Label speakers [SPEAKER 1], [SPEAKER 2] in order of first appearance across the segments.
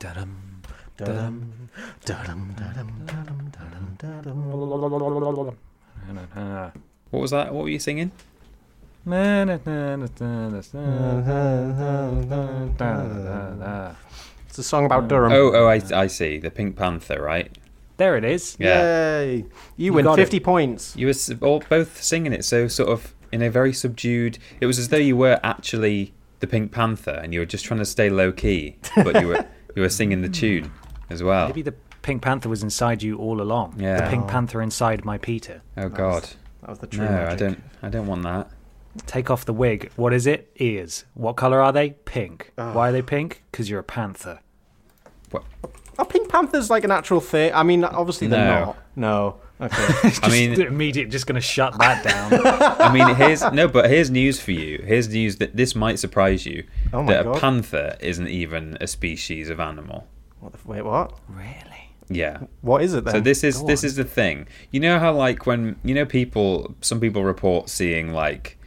[SPEAKER 1] Da-dum, da-dum, da-dum, da-dum, da-dum, da-dum, da-dum.
[SPEAKER 2] What was that? What were you singing?
[SPEAKER 1] Na, na, na, na, na, na, na, na, na, na. It's a song about Durham.
[SPEAKER 2] Oh, oh, I, I see. The Pink Panther, right?
[SPEAKER 3] There it is.
[SPEAKER 2] Yeah.
[SPEAKER 1] Yay. You, win
[SPEAKER 3] got it.
[SPEAKER 1] 50 points.
[SPEAKER 2] You were s- all both singing it, so sort of in a very subdued. It was as though you were actually the Pink Panther, and you were just trying to stay low key, but you were you were singing the tune as well.
[SPEAKER 3] Maybe the Pink Panther was inside you all along.
[SPEAKER 2] Yeah.
[SPEAKER 3] The Pink Panther inside my Peter.
[SPEAKER 2] Oh God.
[SPEAKER 1] That was the true
[SPEAKER 2] No, I
[SPEAKER 1] magic.
[SPEAKER 2] don't. I don't want that.
[SPEAKER 3] Take off the wig. What is it? Ears. What color are they? Pink. Why are they pink? Because you're a panther.
[SPEAKER 2] What?
[SPEAKER 1] Are Pink Panthers like an actual thing? I mean, obviously they're
[SPEAKER 2] No.
[SPEAKER 1] not. No. Okay.
[SPEAKER 2] I mean,
[SPEAKER 3] Just immediate. Just gonna shut that down.
[SPEAKER 2] I mean, here's no, but here's news for you. Here's news that this might surprise you.
[SPEAKER 1] Oh my
[SPEAKER 2] that
[SPEAKER 1] God.
[SPEAKER 2] a panther isn't even a species of animal.
[SPEAKER 1] what the, f- wait, what?
[SPEAKER 3] really?
[SPEAKER 2] Yeah.
[SPEAKER 1] What is it then?
[SPEAKER 2] So this is this is the thing. You know how like when you know people, some people report seeing like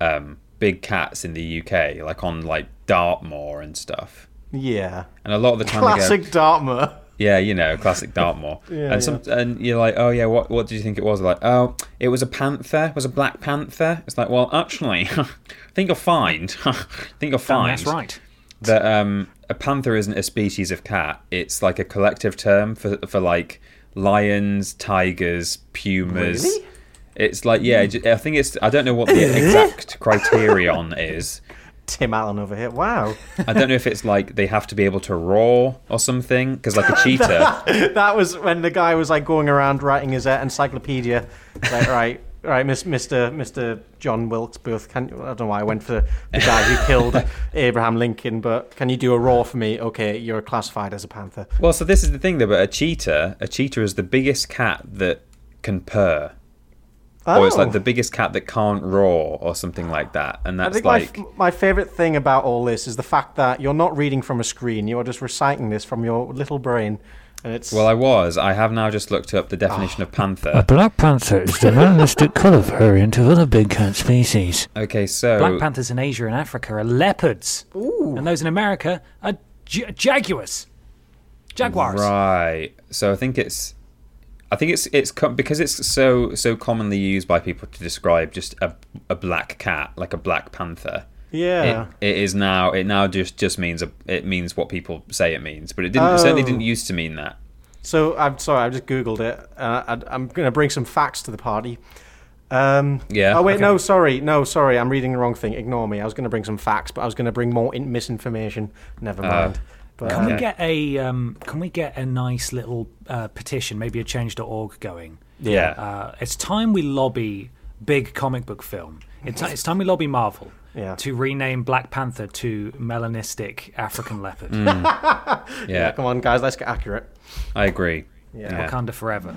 [SPEAKER 2] um, big cats in the UK, like on like Dartmoor and stuff.
[SPEAKER 1] Yeah.
[SPEAKER 2] And a lot of the time, I go,
[SPEAKER 1] Classic Dartmoor.
[SPEAKER 2] yeah, you know, classic Dartmoor.
[SPEAKER 1] Yeah,
[SPEAKER 2] and some, and you're like, oh yeah, what what do you think it was? They're Like, oh, it was a panther, it was a black panther. It's like, well, actually, I think you'll find, I think you'll
[SPEAKER 3] Damn,
[SPEAKER 2] find
[SPEAKER 3] that's right.
[SPEAKER 2] that um, a panther isn't a species of cat. It's like a collective term for for like lions, tigers, pumas.
[SPEAKER 1] Really?
[SPEAKER 2] It's like yeah, ju- I think it's. I don't know what the exact criterion is.
[SPEAKER 1] Tim Allen over here. Wow.
[SPEAKER 2] I don't know if it's like they have to be able to roar or something because like a cheetah.
[SPEAKER 1] that was when the guy was like going around writing his uh, encyclopedia. Like, right, right, Miss, Mr. Mr. John Wilkes Booth. Can I don't know why I went for the guy who killed Abraham Lincoln, but can you do a roar for me? Okay, you're classified as a panther.
[SPEAKER 2] Well, so this is the thing though. But a cheetah, a cheetah is the biggest cat that can purr. Or it's
[SPEAKER 1] Oh.
[SPEAKER 2] like the biggest cat that can't roar or something like that, and
[SPEAKER 1] I
[SPEAKER 2] that's
[SPEAKER 1] think
[SPEAKER 2] like
[SPEAKER 1] my, f- my favorite thing about all this is the fact that you're not reading from a screen; you're just reciting this from your little brain, and it's
[SPEAKER 2] well, I was. I have now just looked up the definition
[SPEAKER 1] Ah.
[SPEAKER 2] of panther.
[SPEAKER 4] A black panther is the animalistic colour variant of other big cat species.
[SPEAKER 2] Okay, so
[SPEAKER 3] Black panthers in Asia and Africa are leopards, and those in America are ja- jaguars. Jaguars.
[SPEAKER 2] right. So I think it's, I think it's it's com- because it's so so commonly used by people to describe just a, a black cat like a black panther.
[SPEAKER 1] yeah.
[SPEAKER 2] It, it is now it now just just means a, it means what people say it means, but it didn't it certainly
[SPEAKER 1] Oh.
[SPEAKER 2] didn't used to mean that.
[SPEAKER 1] So I'm sorry, I just googled it. Uh, I, I'm going to bring some facts to the party. Um,
[SPEAKER 2] Yeah,
[SPEAKER 1] Oh wait,
[SPEAKER 2] okay.
[SPEAKER 1] no, sorry, no, sorry, I'm reading the wrong thing. Ignore me. I was going to bring some facts, but I was going to bring more in- misinformation. Never mind. but,
[SPEAKER 3] Can
[SPEAKER 1] uh,
[SPEAKER 3] we get a um, Can we get a nice little uh, petition, maybe a Change.org going?
[SPEAKER 2] Yeah.
[SPEAKER 1] Ah,
[SPEAKER 3] Uh, it's time we lobby big comic book film. It's, it's time we lobby Marvel
[SPEAKER 1] Yeah.
[SPEAKER 3] to rename Black Panther to melanistic African leopard.
[SPEAKER 2] yeah,
[SPEAKER 1] come on, guys, let's get accurate.
[SPEAKER 2] I agree.
[SPEAKER 3] Wakanda forever.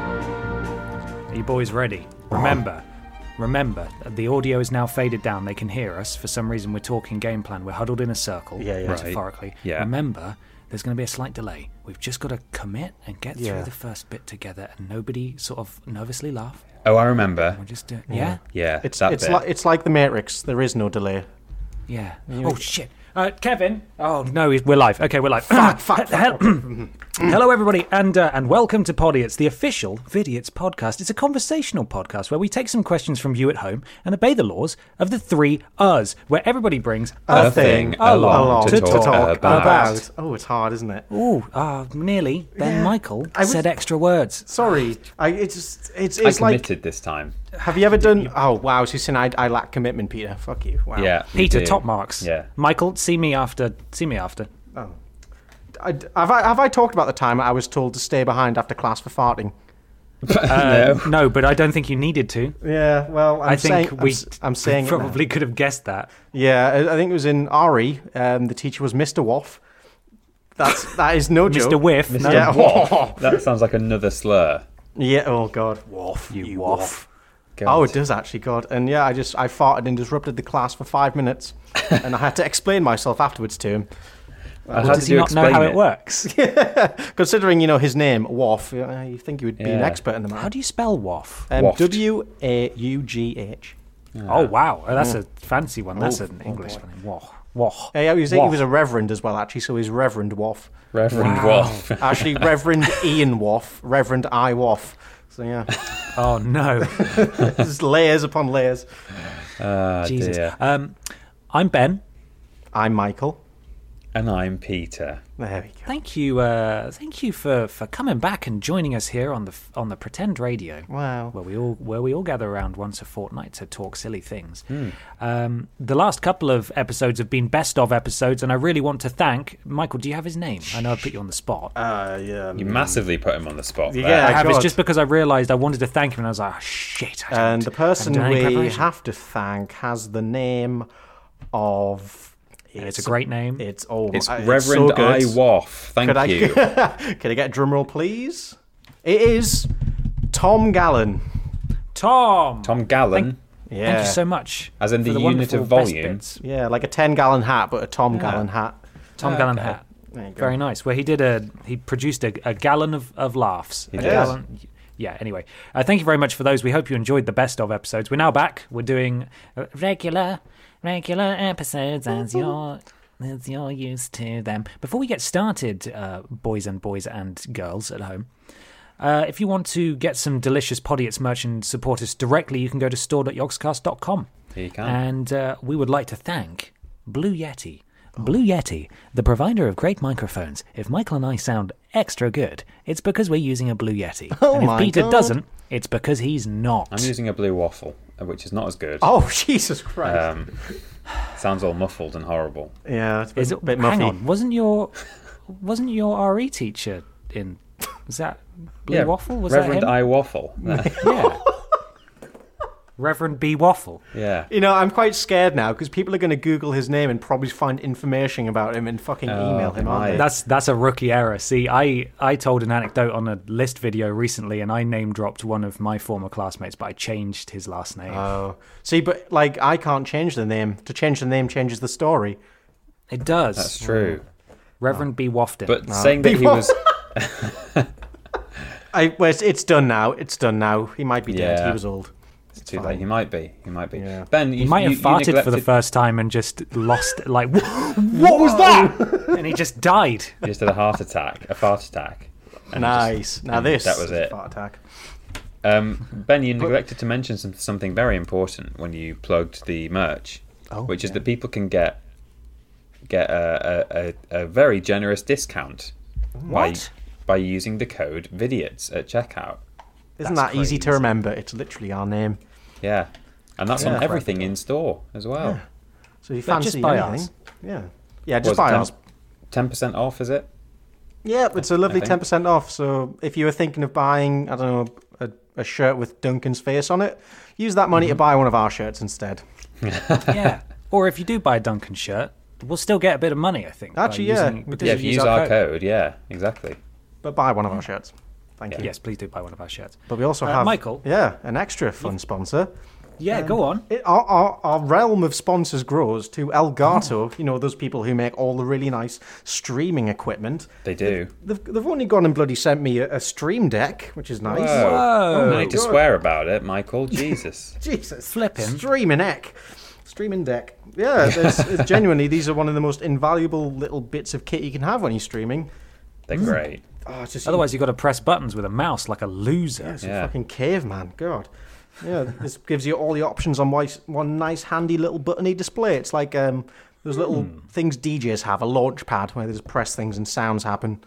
[SPEAKER 3] Are you boys ready? Remember, remember, the audio is now faded down. They can hear us. For some reason, we're talking game plan. We're huddled in a circle,
[SPEAKER 1] Yeah, yeah. Right.
[SPEAKER 3] metaphorically.
[SPEAKER 2] Yeah.
[SPEAKER 3] Remember, there's going to be a slight delay. We've just got to commit and get
[SPEAKER 1] Yeah.
[SPEAKER 3] through the first bit together, and nobody sort of nervously laugh.
[SPEAKER 2] Oh, I remember.
[SPEAKER 3] We're just doing, yeah.
[SPEAKER 2] Yeah,
[SPEAKER 1] It's
[SPEAKER 2] that
[SPEAKER 1] it's
[SPEAKER 2] bit.
[SPEAKER 1] like it's like the Matrix. There is no delay.
[SPEAKER 3] Yeah. Oh shit. Uh, Kevin. Oh no, he- we're live. Okay, we're live. Fuck. fuck. Hello, everybody, and uh, and welcome to Poddy. It's the official Vidiots podcast. It's a conversational podcast where we take some questions from you at home and obey the laws of the three us, where everybody brings
[SPEAKER 1] Uh,
[SPEAKER 3] a,
[SPEAKER 2] A thing along
[SPEAKER 3] to talk
[SPEAKER 2] about.
[SPEAKER 1] Oh, it's hard, isn't it?
[SPEAKER 3] Ooh, ah, nearly. Ben Michael
[SPEAKER 1] I was-
[SPEAKER 3] said extra words.
[SPEAKER 1] Sorry, I it just it's
[SPEAKER 2] I
[SPEAKER 1] it's like
[SPEAKER 2] committed this time.
[SPEAKER 1] Have you ever done? Oh wow, so you're saying I, I lack commitment, Peter. Fuck you. Wow.
[SPEAKER 2] Yeah. we
[SPEAKER 3] Oh, Peter,
[SPEAKER 2] do.
[SPEAKER 3] top marks.
[SPEAKER 2] Yeah.
[SPEAKER 3] Michael, see me after. See me after.
[SPEAKER 1] I, have I have I talked about the time I was told to stay behind after class for farting?
[SPEAKER 3] Uh, no. but I don't think you needed to.
[SPEAKER 1] Yeah. Well, I'm
[SPEAKER 3] i think
[SPEAKER 1] saying, I'm,
[SPEAKER 3] we.
[SPEAKER 1] s- I'm saying it now.
[SPEAKER 3] probably could have guessed that.
[SPEAKER 1] Yeah, I, I think it was in RE. Um, the teacher was Mr. Woff. That's that is no joke.
[SPEAKER 3] Mr. Whiff. No.
[SPEAKER 1] Yeah.
[SPEAKER 2] Woff. That sounds like another slur.
[SPEAKER 1] Yeah. Oh God. Woff.
[SPEAKER 3] You waff.
[SPEAKER 1] Oh,
[SPEAKER 2] God.
[SPEAKER 1] it does actually, God. And yeah, I just I farted and disrupted the class for five minutes, and I had to explain myself afterwards to him.
[SPEAKER 2] How
[SPEAKER 3] Does
[SPEAKER 2] did
[SPEAKER 3] he
[SPEAKER 2] you
[SPEAKER 3] not know
[SPEAKER 2] explain
[SPEAKER 3] how it, works?
[SPEAKER 1] Considering you know his name, Woff, uh, you think you would be an
[SPEAKER 2] Yeah.
[SPEAKER 1] expert in the
[SPEAKER 3] How
[SPEAKER 1] matter.
[SPEAKER 3] do you spell waff?
[SPEAKER 1] Um,
[SPEAKER 2] Waft.
[SPEAKER 1] W a u g h.
[SPEAKER 3] Uh, Oh wow, Oh,
[SPEAKER 1] Mm.
[SPEAKER 3] that's a fancy one. That's an English one. Woff. Woff.
[SPEAKER 1] Oh, Uh, Yeah, he was, he
[SPEAKER 3] Woff.
[SPEAKER 1] was a reverend as well, actually. So he's Reverend Woff.
[SPEAKER 2] Reverend
[SPEAKER 3] Wow.
[SPEAKER 2] Woff.
[SPEAKER 1] Actually, Reverend Ian Woff, Reverend I Woff. So yeah,
[SPEAKER 3] Oh no,
[SPEAKER 1] there's layers upon layers.
[SPEAKER 2] Ah,
[SPEAKER 3] Jesus.
[SPEAKER 2] dear.
[SPEAKER 3] Um, I'm Ben.
[SPEAKER 1] I'm Michael.
[SPEAKER 2] And I'm Peter.
[SPEAKER 1] There we go.
[SPEAKER 3] Thank you. Uh, thank you for, for coming back and joining us here on the on the Pretend Radio.
[SPEAKER 1] Wow.
[SPEAKER 3] where we all where we all gather around once a fortnight to talk silly things.
[SPEAKER 1] Hmm.
[SPEAKER 3] Um, the last couple of episodes have been best of episodes, and I really want to thank Michael. Do you have his name? I know I put you on the spot.
[SPEAKER 1] Uh, yeah.
[SPEAKER 2] You massively put him on the spot. there.
[SPEAKER 1] Yeah.
[SPEAKER 3] I have. It's
[SPEAKER 1] God.
[SPEAKER 3] just because I realised I wanted to thank him, and I was like, oh, shit. I
[SPEAKER 1] And
[SPEAKER 3] don't-
[SPEAKER 1] the
[SPEAKER 3] I
[SPEAKER 1] person
[SPEAKER 3] haven't done any
[SPEAKER 1] we
[SPEAKER 3] preparation.
[SPEAKER 1] have to thank has the name of.
[SPEAKER 3] It's a great name.
[SPEAKER 1] It's oh,
[SPEAKER 2] It's
[SPEAKER 1] I-
[SPEAKER 2] Reverend
[SPEAKER 1] so
[SPEAKER 2] I
[SPEAKER 1] good.
[SPEAKER 2] Woff. Thank
[SPEAKER 1] Could I,
[SPEAKER 2] you.
[SPEAKER 1] can I get a drum roll, please? It is Tom Gallen.
[SPEAKER 3] Tom.
[SPEAKER 2] Tom Gallen,
[SPEAKER 1] Yeah.
[SPEAKER 3] Thank you so much.
[SPEAKER 2] as in
[SPEAKER 3] for
[SPEAKER 2] the, unit
[SPEAKER 3] wonderful
[SPEAKER 2] of
[SPEAKER 3] best
[SPEAKER 2] volume.
[SPEAKER 3] bits. Uh,
[SPEAKER 1] Yeah, like a ten-gallon hat, but a Tom Gallen hat.
[SPEAKER 3] Tom Gallon hat.
[SPEAKER 1] There you go.
[SPEAKER 3] Very nice. Where he did a he produced a, a gallon of, of laughs. A
[SPEAKER 2] did.
[SPEAKER 3] gallon- yeah. Anyway, uh, thank you very much for those. We hope you enjoyed the best of episodes. We're now back. We're doing uh, regular regular episodes as you're as you're used to them. Before we get started, uh, boys and boys and girls at home. Uh, if you want to get some delicious Podiots merch and support us directly, you can go to store.yogscast.com.
[SPEAKER 2] There you can.
[SPEAKER 3] And uh, we would like to thank Blue Yeti. Blue Yeti, the provider of great microphones. If Michael and I sound extra good, it's because we're using a Blue Yeti. and if
[SPEAKER 1] my
[SPEAKER 3] Peter
[SPEAKER 1] God.
[SPEAKER 3] doesn't, it's because he's not.
[SPEAKER 2] Oh I'm using a blue waffle, uh, which is not as good.
[SPEAKER 1] Oh Jesus Christ!
[SPEAKER 2] Um, sounds all muffled and horrible.
[SPEAKER 1] yeah, it's a bit,
[SPEAKER 3] Is it,
[SPEAKER 1] bit
[SPEAKER 3] hang
[SPEAKER 1] muffy.
[SPEAKER 3] on, wasn't your wasn't your RE teacher in? Was that Blue
[SPEAKER 2] yeah,
[SPEAKER 3] Waffle? Was
[SPEAKER 2] Reverend
[SPEAKER 3] that him?
[SPEAKER 2] I Waffle. There.
[SPEAKER 3] Yeah. Reverend B Waffle.
[SPEAKER 2] yeah.
[SPEAKER 1] You know, I'm quite scared now because people are going to Google his name and probably find information about him and fucking
[SPEAKER 2] Oh,
[SPEAKER 1] email him, aren't
[SPEAKER 2] my.
[SPEAKER 1] they?
[SPEAKER 3] That's that's a rookie error. See, I I told an anecdote on a list video recently, and I name dropped one of my former classmates, but I changed his last name.
[SPEAKER 1] Oh, see, but like I can't change the name. To change the name changes the story.
[SPEAKER 3] it does.
[SPEAKER 2] That's true.
[SPEAKER 3] Reverend B Wofton.
[SPEAKER 2] But saying that he
[SPEAKER 1] People-
[SPEAKER 2] was.
[SPEAKER 1] I well, it's, it's done now. It's done now. He might be dead.
[SPEAKER 2] Yeah.
[SPEAKER 1] He was old.
[SPEAKER 2] It's too late. He might be. He might be.
[SPEAKER 1] Yeah.
[SPEAKER 2] Ben,
[SPEAKER 3] he
[SPEAKER 2] you
[SPEAKER 3] might have
[SPEAKER 2] you, you
[SPEAKER 3] farted for the
[SPEAKER 2] neglected-
[SPEAKER 3] first time and just lost. Like, "Wha- what was that? and he just died.
[SPEAKER 2] you Just had a heart attack, a fart attack. And
[SPEAKER 1] nice.
[SPEAKER 2] just-
[SPEAKER 1] now
[SPEAKER 2] and
[SPEAKER 1] this
[SPEAKER 2] That was
[SPEAKER 1] is a
[SPEAKER 2] it.
[SPEAKER 1] Heart attack.
[SPEAKER 2] Um, ben, you neglected to mention some, something very important when you plugged the merch, which is that people can get get a, a, a, a very generous discount
[SPEAKER 3] What?
[SPEAKER 2] by by using the code VIDIOTS at checkout.
[SPEAKER 1] Isn't that
[SPEAKER 2] That's
[SPEAKER 1] easy to
[SPEAKER 2] crazy.
[SPEAKER 1] remember? It's literally our name.
[SPEAKER 2] Yeah, and that's on everything in store as well.
[SPEAKER 1] So if you
[SPEAKER 3] Yeah,
[SPEAKER 1] fancy
[SPEAKER 3] Oh. just buy
[SPEAKER 1] anything?
[SPEAKER 3] ours.
[SPEAKER 1] Yeah, yeah, just
[SPEAKER 2] Was
[SPEAKER 1] buy
[SPEAKER 2] it
[SPEAKER 1] ours.
[SPEAKER 2] Ten percent off, is it?
[SPEAKER 1] Yeah, it's a lovely
[SPEAKER 2] think.
[SPEAKER 1] ten percent off. So if you were thinking of buying, I don't know, a, a shirt with Duncan's face on it, use that
[SPEAKER 3] Mm-hmm.
[SPEAKER 1] money to buy one of our shirts instead.
[SPEAKER 3] yeah. Or if you do buy a Duncan shirt, we'll still get a bit of money. I think. by
[SPEAKER 1] Actually, yeah,
[SPEAKER 3] using-
[SPEAKER 1] we
[SPEAKER 3] because
[SPEAKER 1] did.
[SPEAKER 2] yeah,
[SPEAKER 3] you
[SPEAKER 2] if you use our code. yeah, exactly.
[SPEAKER 1] But buy one of our shirts. Thank you.
[SPEAKER 3] Mm-hmm. Yes, please do buy one of our shirts.
[SPEAKER 1] But we also
[SPEAKER 3] Uh,
[SPEAKER 1] have
[SPEAKER 3] Michael?
[SPEAKER 1] Yeah, an extra fun sponsor.
[SPEAKER 3] Yeah, go on.
[SPEAKER 1] It, our, our, our realm of sponsors grows to Elgato.
[SPEAKER 3] Mm.
[SPEAKER 1] You know those people who make all the really nice streaming equipment.
[SPEAKER 2] They do.
[SPEAKER 1] They've, they've only gone and bloody sent me a, a stream deck, which is nice.
[SPEAKER 2] Whoa. No Oh, need to
[SPEAKER 1] God.
[SPEAKER 2] swear about it, Michael. Jesus.
[SPEAKER 1] Jesus,
[SPEAKER 3] Flipping.
[SPEAKER 1] streaming deck, streaming deck. Yeah, there's, it's genuinely these are one of the most invaluable little bits of kit you can have when you're streaming.
[SPEAKER 2] They're great.
[SPEAKER 1] Oh, it's just
[SPEAKER 3] Otherwise, you've got to press buttons with a mouse like a loser.
[SPEAKER 1] it's a
[SPEAKER 2] Yeah.
[SPEAKER 1] fucking caveman. God. Yeah, this gives you all the options on one, one nice, handy little buttony display. It's like um, those little things DJs have, a launch pad where they just press things and sounds happen.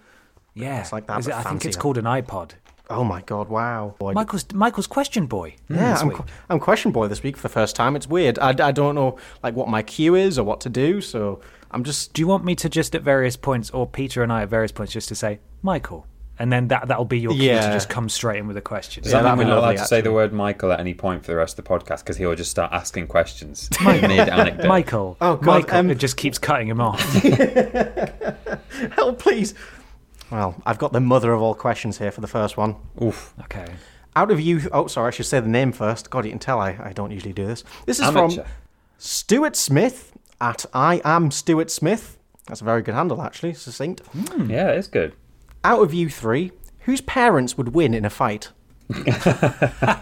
[SPEAKER 3] Yeah,
[SPEAKER 1] It's like that,
[SPEAKER 3] Is
[SPEAKER 1] but
[SPEAKER 3] it- I think it's
[SPEAKER 1] fancier.
[SPEAKER 3] called an iPod.
[SPEAKER 1] Oh my god! Wow. Boy,
[SPEAKER 3] Michael's Michael's question boy.
[SPEAKER 1] yeah,
[SPEAKER 3] this
[SPEAKER 1] I'm,
[SPEAKER 3] week.
[SPEAKER 1] qu- I'm question boy this week for the first time. It's weird. I, I don't know like what my cue is or what to do, so I'm just
[SPEAKER 3] Do you want me to just at various points, or Peter and I at various points, just to say Michael, and then that that'll be your cue to
[SPEAKER 1] Yeah.
[SPEAKER 3] just come straight in with a question.
[SPEAKER 2] Does
[SPEAKER 1] Yeah, that'd
[SPEAKER 2] that mean we're
[SPEAKER 1] be
[SPEAKER 2] not allowed
[SPEAKER 1] lovely,
[SPEAKER 2] to say the
[SPEAKER 1] actually.
[SPEAKER 2] word Michael at any point for the rest of the podcast because he will just start asking questions mid anecdote?
[SPEAKER 3] Michael.
[SPEAKER 1] Oh, God,
[SPEAKER 3] Michael.
[SPEAKER 1] um,
[SPEAKER 3] it just keeps cutting him off.
[SPEAKER 1] help, please. Well, I've got the mother of all questions here for the first one.
[SPEAKER 2] Oof.
[SPEAKER 3] okay.
[SPEAKER 1] Out of you, oh sorry, I should say the name first. God, you can tell I, I don't usually do this. This is
[SPEAKER 2] Amateur.
[SPEAKER 1] from Stuart Smith at I am Stuart Smith. That's a very good handle, actually, succinct.
[SPEAKER 3] Hmm?
[SPEAKER 2] Yeah, it's good.
[SPEAKER 1] Out of you three, whose parents would win in a fight?
[SPEAKER 2] Well,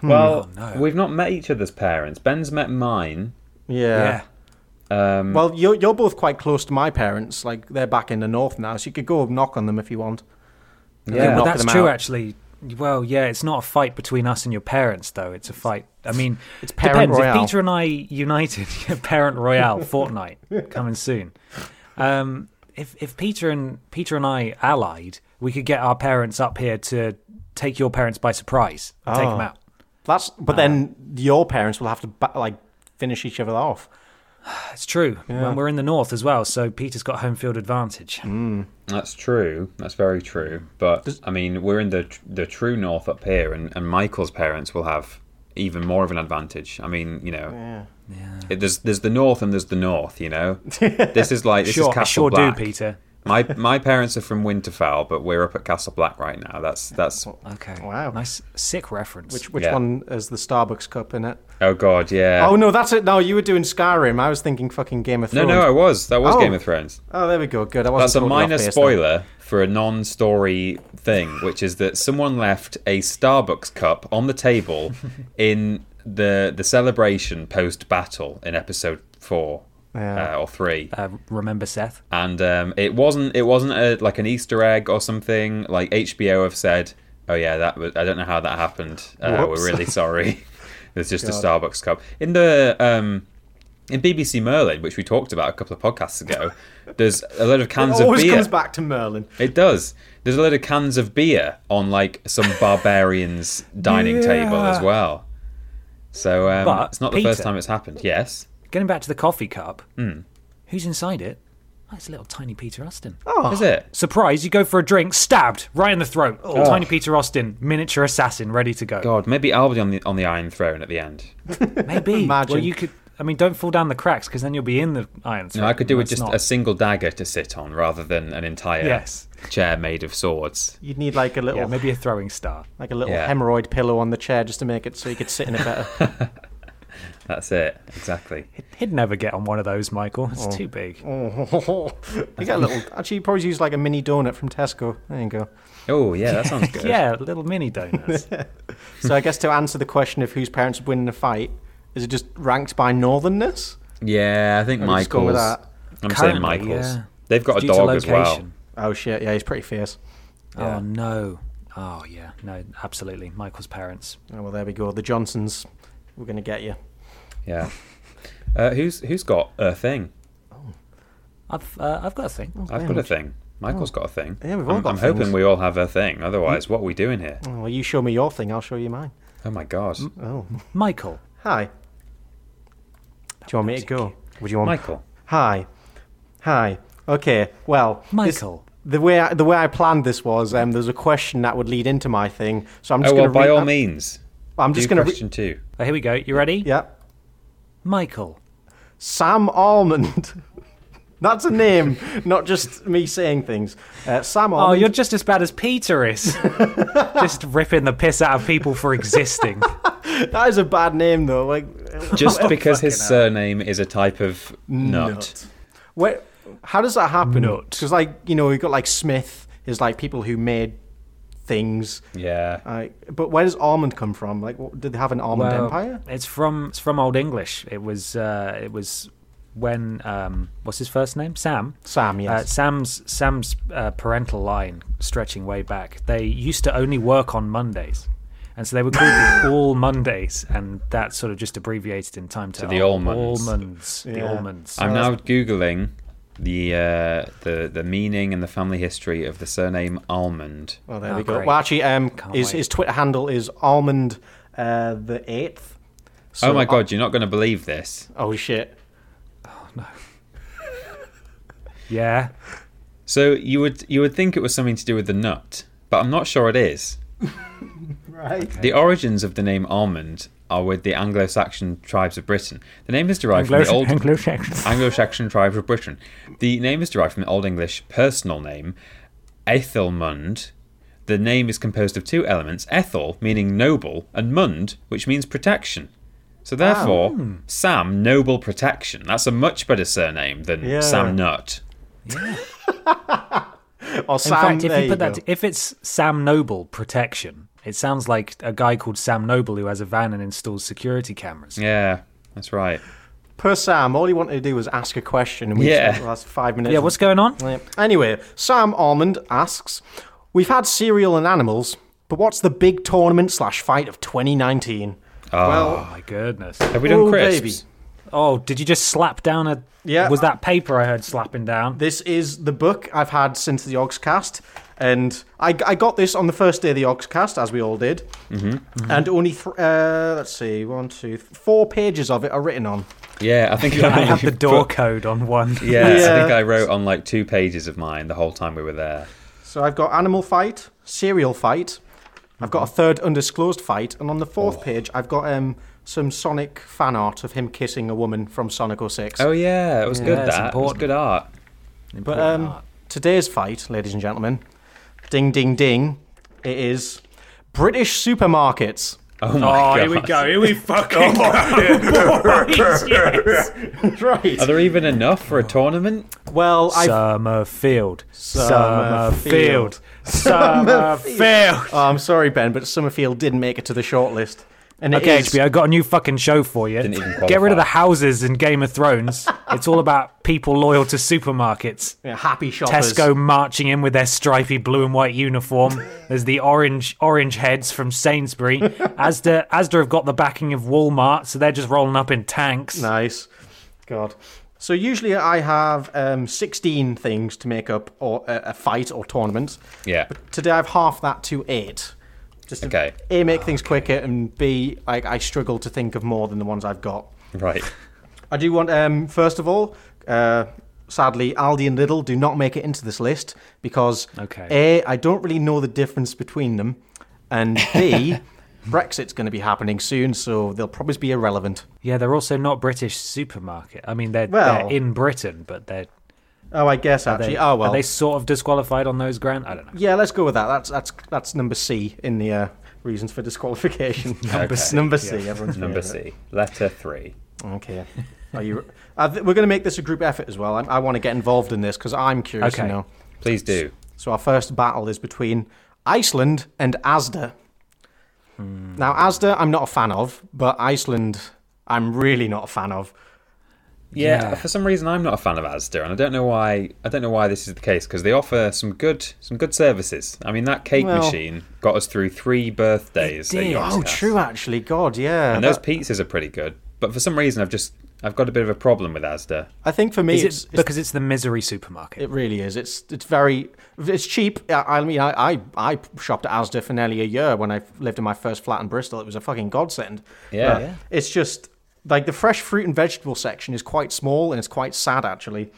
[SPEAKER 3] Hmm. Oh, no.
[SPEAKER 2] we've not met each other's parents. Ben's met mine.
[SPEAKER 3] Yeah.
[SPEAKER 2] Um,
[SPEAKER 1] Well, you're you're both quite close to my parents. Like they're back in the north now, so you could go knock on them if you want.
[SPEAKER 3] Well,
[SPEAKER 2] Yeah.
[SPEAKER 1] Knock
[SPEAKER 3] that's
[SPEAKER 1] them
[SPEAKER 3] true,
[SPEAKER 1] out.
[SPEAKER 3] actually. Well, yeah, it's not a fight between us and your parents, though. It's a fight. I mean, it's
[SPEAKER 1] parent
[SPEAKER 3] depends.
[SPEAKER 1] royale.
[SPEAKER 3] If Peter and I united, yeah, parent royale, Fortnite coming soon. Um, if if Peter and Peter and I allied, we could get our parents up here to take your parents by surprise, and take them out.
[SPEAKER 1] That's
[SPEAKER 2] Ah.
[SPEAKER 1] but then your parents will have to ba- like finish each other off.
[SPEAKER 3] That's true. When we're in the north as well, so Peter's got home field advantage.
[SPEAKER 2] That's true. That's very true. But I mean, we're in the tr- the true north up here, and, and Michael's parents will have even more of an advantage. I mean, you know, It, there's there's the north and there's the north. You know, this is like this
[SPEAKER 3] Sure,
[SPEAKER 2] is
[SPEAKER 3] I
[SPEAKER 2] Castle
[SPEAKER 3] sure do,
[SPEAKER 2] Black.
[SPEAKER 3] Peter.
[SPEAKER 2] My my parents are from Winterfell, but we're up at Castle Black right now. That's that's
[SPEAKER 3] Okay.
[SPEAKER 1] Wow.
[SPEAKER 3] Nice, sick reference.
[SPEAKER 1] Which which
[SPEAKER 2] Yeah.
[SPEAKER 1] one is the Starbucks cup in it?
[SPEAKER 2] oh god, yeah.
[SPEAKER 1] Oh no, that's it. No, you were doing Skyrim. I was thinking fucking Game of
[SPEAKER 2] no,
[SPEAKER 1] Thrones.
[SPEAKER 2] no, I was that was
[SPEAKER 1] Oh.
[SPEAKER 2] Game of Thrones.
[SPEAKER 1] Oh, there we go. Good. I wasn't
[SPEAKER 2] That's a
[SPEAKER 1] totally off
[SPEAKER 2] minor
[SPEAKER 1] base
[SPEAKER 2] spoiler for a non-story thing, which is that someone left a Starbucks cup on the table in the the celebration post battle in episode four
[SPEAKER 1] Yeah.
[SPEAKER 2] uh, or three,
[SPEAKER 3] uh, remember Seth?
[SPEAKER 2] and um, it wasn't it wasn't a, like an Easter egg or something. Like HBO have said, oh yeah, that was, I don't know how that happened. Uh,
[SPEAKER 1] Whoops.
[SPEAKER 2] we're really sorry. There's just a Starbucks cup in the. Um, in BBC Merlin, which we talked about a couple of podcasts ago, there's a lot of
[SPEAKER 1] It
[SPEAKER 2] cans of
[SPEAKER 1] always
[SPEAKER 2] beer.
[SPEAKER 1] comes back to Merlin.
[SPEAKER 2] It does. There's a load of cans of beer on like some barbarian's dining table as
[SPEAKER 3] Yeah.
[SPEAKER 2] well. So um,
[SPEAKER 3] But,
[SPEAKER 2] it's not the first
[SPEAKER 3] Peter-
[SPEAKER 2] time it's happened. Yes.
[SPEAKER 3] Getting back to the coffee cup,
[SPEAKER 2] Hmm.
[SPEAKER 3] who's inside it? Oh, it's little tiny Peter Austin.
[SPEAKER 1] Oh.
[SPEAKER 2] Is it?
[SPEAKER 3] Surprise, you go for a drink, stabbed right in the throat.
[SPEAKER 2] Oh.
[SPEAKER 3] Tiny Peter Austin, miniature assassin, ready to go.
[SPEAKER 2] God, maybe I'll be on the on the Iron Throne at the end.
[SPEAKER 3] Maybe.
[SPEAKER 1] Imagine.
[SPEAKER 3] Well, you could. I mean, don't fall down the cracks because then you'll be in the iron
[SPEAKER 2] No,
[SPEAKER 3] Throne.
[SPEAKER 2] I could do with
[SPEAKER 3] That's
[SPEAKER 2] just
[SPEAKER 3] not-
[SPEAKER 2] a single dagger to sit on rather than an entire
[SPEAKER 3] Yes.
[SPEAKER 2] chair made of swords.
[SPEAKER 1] You'd need like a little,
[SPEAKER 3] Yeah, maybe a throwing star.
[SPEAKER 1] like a little
[SPEAKER 2] Yeah.
[SPEAKER 1] hemorrhoid pillow on the chair just to make it so you could sit in it better.
[SPEAKER 2] That's it. Exactly.
[SPEAKER 3] He'd never get on one of those, Michael.
[SPEAKER 2] Oh.
[SPEAKER 3] It's too big.
[SPEAKER 1] you get a little. Actually, you probably use like a mini donut from Tesco. There you go.
[SPEAKER 2] Oh yeah, that sounds good.
[SPEAKER 3] Yeah, little mini donuts.
[SPEAKER 1] So I guess to answer the question of whose parents would win in a fight, is it just ranked by northernness?
[SPEAKER 2] Yeah, I think
[SPEAKER 1] I'll just go
[SPEAKER 2] Michael's.
[SPEAKER 1] with
[SPEAKER 2] I'm
[SPEAKER 3] Currently,
[SPEAKER 2] saying Michael's.
[SPEAKER 3] yeah.
[SPEAKER 2] They've got
[SPEAKER 3] Due
[SPEAKER 2] a
[SPEAKER 3] to
[SPEAKER 2] dog as well.
[SPEAKER 3] location.
[SPEAKER 1] Oh shit! Yeah, he's pretty fierce.
[SPEAKER 3] Oh no. Oh yeah. No, absolutely. Michael's parents.
[SPEAKER 1] Oh, well, there we go. The Johnsons. We're gonna get you.
[SPEAKER 2] Yeah. Uh, who's who's got a thing?
[SPEAKER 3] I've uh, I've got a thing.
[SPEAKER 2] I've got a thing. Michael's got a thing.
[SPEAKER 1] Oh. Yeah, we've all
[SPEAKER 2] I'm,
[SPEAKER 1] got
[SPEAKER 2] I'm
[SPEAKER 1] things. Mm.
[SPEAKER 2] hoping we all have a thing. Otherwise, what are we doing here?
[SPEAKER 1] Oh, well, you show me your thing. I'll show you mine.
[SPEAKER 2] Oh my god,
[SPEAKER 1] Oh,
[SPEAKER 3] Michael.
[SPEAKER 1] hi. Do you want me to go? Would you want?
[SPEAKER 2] Michael.
[SPEAKER 1] Hi, hi. Okay. Well, this-
[SPEAKER 3] Michael.
[SPEAKER 1] the way I, the way I planned this was um, there was a question that would lead into my thing, so I'm just
[SPEAKER 2] Oh well,
[SPEAKER 1] gonna.
[SPEAKER 2] by
[SPEAKER 1] read-
[SPEAKER 2] all
[SPEAKER 1] I'm-
[SPEAKER 2] means.
[SPEAKER 1] I'm
[SPEAKER 2] do
[SPEAKER 1] just gonna. Re-
[SPEAKER 2] question two.
[SPEAKER 3] Oh, here we go. You ready?
[SPEAKER 1] yeah,
[SPEAKER 3] Michael.
[SPEAKER 1] Sam Almond. That's a name, not just me saying things. Uh, Sam
[SPEAKER 3] Oh,
[SPEAKER 1] Almond.
[SPEAKER 3] you're just as bad as Peter is. just ripping the piss out of people for existing.
[SPEAKER 1] That is a bad name though. Like Oh,
[SPEAKER 2] Just because his surname is a type of nut.
[SPEAKER 1] Where, how does that happen?
[SPEAKER 3] Nut.
[SPEAKER 1] Because like you know, you've got like Smith is like people who made things.
[SPEAKER 2] Yeah.
[SPEAKER 1] Like, but where does almond come from? Like, what, did they have an almond
[SPEAKER 3] Well,
[SPEAKER 1] empire?
[SPEAKER 3] It's from it's from Old English. It was uh, it was when um, what's his first name? Sam.
[SPEAKER 1] Sam, yes.
[SPEAKER 3] Uh, Sam's Sam's uh, parental line stretching way back. They used to only work on Mondays, and so they were called the All Mondays, and that's sort of just abbreviated in time to,
[SPEAKER 2] the
[SPEAKER 3] Al-
[SPEAKER 2] Almonds.
[SPEAKER 3] Almonds. The
[SPEAKER 1] Yeah.
[SPEAKER 3] Almonds.
[SPEAKER 2] I'm now googling the uh, the the meaning and the family history of the surname Almond.
[SPEAKER 1] Well, there
[SPEAKER 3] Oh,
[SPEAKER 1] we go.
[SPEAKER 3] great.
[SPEAKER 1] Well, actually, um,
[SPEAKER 3] Can't
[SPEAKER 1] his,
[SPEAKER 3] wait.
[SPEAKER 1] his Twitter handle is almond uh, the eighth. So,
[SPEAKER 2] oh my God, you're not going to believe this.
[SPEAKER 1] Oh shit!
[SPEAKER 3] Yeah.
[SPEAKER 2] So you would you would think it was something to do with the nut, but I'm not sure it is.
[SPEAKER 1] Right.
[SPEAKER 2] The origins of the name almond are with the Anglo-Saxon tribes of Britain. The name is derived from the old Anglo-Saxon tribes of Britain. The name is derived from the Old English personal name, Ethelmund. The name is composed of two elements: Ethel, meaning noble, and Mund, which means protection.
[SPEAKER 3] Ah,
[SPEAKER 2] So therefore,
[SPEAKER 3] hmm.
[SPEAKER 2] Sam Noble Protection. That's a much better surname than
[SPEAKER 1] Yeah.
[SPEAKER 2] Sam Nut.
[SPEAKER 1] Or
[SPEAKER 3] In
[SPEAKER 1] Sam.
[SPEAKER 3] fact, if
[SPEAKER 1] there
[SPEAKER 3] you put that,
[SPEAKER 1] go.
[SPEAKER 3] if it's Sam Noble protection, it sounds like a guy called Sam Noble who has a van and installs security cameras. Yeah,
[SPEAKER 2] Yeah, that's right.
[SPEAKER 1] per Sam, all he wanted to do was ask a question, and we
[SPEAKER 2] Yeah.
[SPEAKER 1] spent the last five minutes.
[SPEAKER 3] what's going on?
[SPEAKER 1] Yeah. Anyway, Sam Almond asks, "We've had cereal and animals, but what's the big tournament slash fight of 2019?"
[SPEAKER 3] Oh
[SPEAKER 1] Well,
[SPEAKER 3] my goodness!
[SPEAKER 2] Have we done
[SPEAKER 1] oh,
[SPEAKER 2] crisps?
[SPEAKER 1] baby.
[SPEAKER 3] Oh, did you just slap down a?
[SPEAKER 1] Yeah.
[SPEAKER 3] Was that paper I heard slapping down?
[SPEAKER 1] This is the book I've had since the Ogscast, and I, I got this on the first day of the Ogscast, as we all did. Mm-hmm. And only th- uh, let's see, one, two, th- four pages of it are written on.
[SPEAKER 2] Yeah, I think
[SPEAKER 3] I
[SPEAKER 2] only
[SPEAKER 3] had the door
[SPEAKER 2] put-
[SPEAKER 3] code on one.
[SPEAKER 2] Yeah, I think
[SPEAKER 1] Yeah.
[SPEAKER 2] I wrote on like two pages of mine the whole time we were there.
[SPEAKER 1] So I've got animal fight, serial fight. I've got a third undisclosed fight, and on the fourth page, I've got um, some Sonic fan art of him kissing a woman from Sonic 06.
[SPEAKER 2] Oh yeah, it was good.
[SPEAKER 3] Yeah, it's
[SPEAKER 2] That it was
[SPEAKER 3] important.
[SPEAKER 2] good art.
[SPEAKER 1] But um, today's fight, ladies and gentlemen, ding, ding, ding, it is British supermarkets.
[SPEAKER 2] Oh my god.
[SPEAKER 3] Here we
[SPEAKER 1] Oh.
[SPEAKER 3] fucking go.
[SPEAKER 1] right.
[SPEAKER 2] Are there even enough for a tournament?
[SPEAKER 1] Well, I've
[SPEAKER 3] Summerfield.
[SPEAKER 1] Summerfield.
[SPEAKER 3] Summerfield. Summerfield.
[SPEAKER 1] Oh, I'm sorry, Ben, but Summerfield didn't make it to the shortlist. And it
[SPEAKER 3] Okay,
[SPEAKER 1] is-
[SPEAKER 3] HBO, got a new fucking show for you.
[SPEAKER 2] Didn't even
[SPEAKER 3] Get rid of
[SPEAKER 2] qualify.
[SPEAKER 3] the houses in Game of Thrones. it's all about people loyal to supermarkets.
[SPEAKER 1] Yeah, happy shoppers.
[SPEAKER 3] Tesco marching in with their stripy blue and white uniform. There's the orange orange heads from Sainsbury. Asda Asda have got the backing of Walmart, so they're just rolling up in tanks.
[SPEAKER 1] Nice. God. So usually I have um, 16 things to make up or uh, a, a fight or tournament.
[SPEAKER 2] Yeah.
[SPEAKER 1] But today I've halved that to eight. Just to
[SPEAKER 2] Okay.
[SPEAKER 1] A, make things quicker, and B, like I struggle to think of more than the ones I've got.
[SPEAKER 2] Right.
[SPEAKER 1] I do want, um, first of all, uh, sadly, Aldi and Lidl do not make it into this list because
[SPEAKER 3] Okay.
[SPEAKER 1] A, I don't really know the difference between them, and B, Brexit's going to be happening soon, so they'll probably be irrelevant.
[SPEAKER 3] Yeah, they're also not British supermarket. I mean, they're,
[SPEAKER 1] Well-
[SPEAKER 3] they're in Britain, but they're
[SPEAKER 1] Oh, I guess
[SPEAKER 3] they,
[SPEAKER 1] actually. oh well.
[SPEAKER 3] are they sort of disqualified on those grounds? I don't know.
[SPEAKER 1] Yeah, let's go with that. That's that's that's number C in the uh, reasons for disqualification.
[SPEAKER 2] Number C,
[SPEAKER 1] Number C. Everyone's
[SPEAKER 2] Number
[SPEAKER 1] familiar with
[SPEAKER 2] C. Letter three.
[SPEAKER 1] it. Okay. Are you? I th- we're going to make this a group effort as well. I, I want to get involved in this because I'm curious
[SPEAKER 3] Okay.
[SPEAKER 1] to know.
[SPEAKER 2] Please do.
[SPEAKER 1] So our first battle is between Iceland and Asda.
[SPEAKER 2] Hmm.
[SPEAKER 1] Now Asda, I'm not a fan of, but Iceland, I'm really not a fan of.
[SPEAKER 2] Yeah,
[SPEAKER 3] Yeah.
[SPEAKER 2] For some reason, I'm not a fan of Asda, and I don't know why. I don't know why this is the case because they offer some good some good services. I mean, that cake
[SPEAKER 1] Well-
[SPEAKER 2] machine got us through three birthdays. at
[SPEAKER 3] did.
[SPEAKER 2] York's
[SPEAKER 1] Oh,
[SPEAKER 2] House.
[SPEAKER 1] true, actually. God, yeah.
[SPEAKER 2] And those
[SPEAKER 1] That-
[SPEAKER 2] pizzas are pretty good, but for some reason, I've just I've got a bit of a problem with Asda.
[SPEAKER 1] I think for me,
[SPEAKER 3] Is
[SPEAKER 1] it's,
[SPEAKER 3] it
[SPEAKER 1] it's
[SPEAKER 3] because it's the misery supermarket?
[SPEAKER 1] It really is. It's it's very it's cheap. I I mean, I, I I shopped at Asda for nearly a year when I lived in my first flat in Bristol. It was a fucking godsend.
[SPEAKER 2] Yeah.
[SPEAKER 1] But
[SPEAKER 2] Yeah.
[SPEAKER 1] It's just like the fresh fruit and vegetable section is quite small and it's quite sad actually.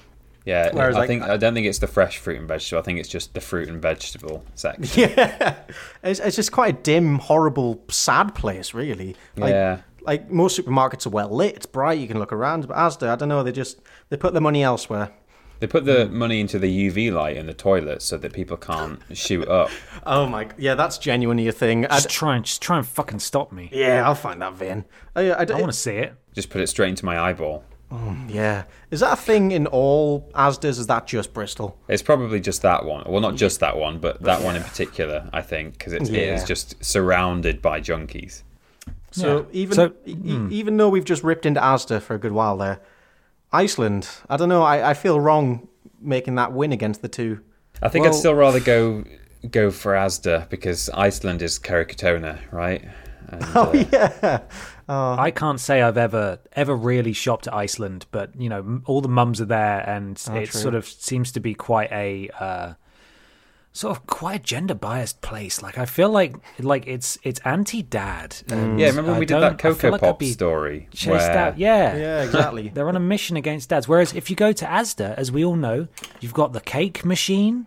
[SPEAKER 2] Yeah,
[SPEAKER 1] Whereas,
[SPEAKER 2] I
[SPEAKER 1] like,
[SPEAKER 2] think I don't think it's the fresh fruit and vegetable. I think it's just the fruit and vegetable section.
[SPEAKER 1] Yeah, it's, it's just quite a dim, horrible, sad place really. Like,
[SPEAKER 2] Yeah.
[SPEAKER 1] Like most supermarkets are well lit. It's bright. You can look around. But Asda, I don't know. They just they put their money elsewhere.
[SPEAKER 2] They put the money into the UV light in the toilet so that people can't shoot up.
[SPEAKER 1] Oh my. Yeah, that's genuinely a thing. I'd-
[SPEAKER 3] Just try and just try and fucking stop me.
[SPEAKER 1] yeah, I'll find that vein. I, I,
[SPEAKER 3] I want to see it.
[SPEAKER 2] Just put it straight into my eyeball.
[SPEAKER 1] Yeah. Is that a thing in all Asdas? Is that just Bristol?
[SPEAKER 2] It's probably just that one. Well, not just that one, but that one in particular, I think, because it's it is
[SPEAKER 1] Yeah.
[SPEAKER 2] just surrounded by junkies.
[SPEAKER 1] So
[SPEAKER 3] Yeah.
[SPEAKER 1] even
[SPEAKER 3] So- hmm.
[SPEAKER 1] e- even though we've just ripped into Asda for a good while there, Iceland. I don't know. I, I feel wrong making that win against the two.
[SPEAKER 2] I think I'd
[SPEAKER 3] Well-
[SPEAKER 2] still rather go go for Asda because Iceland is Caricatona, right? And, uh,
[SPEAKER 1] yeah.
[SPEAKER 3] I can't say I've ever ever really shopped at Iceland, but you know, m- all the mums are there, and it
[SPEAKER 1] true.
[SPEAKER 3] sort of seems to be quite a uh, sort of quite a gender biased place. Like I feel like like it's it's anti dad.
[SPEAKER 2] yeah, remember when we did that Cocoa Pop story?
[SPEAKER 3] Chased
[SPEAKER 2] where-
[SPEAKER 3] out, yeah.
[SPEAKER 1] Yeah, exactly.
[SPEAKER 3] They're on a mission against dads. Whereas if you go to Asda, as we all know, you've got the cake machine,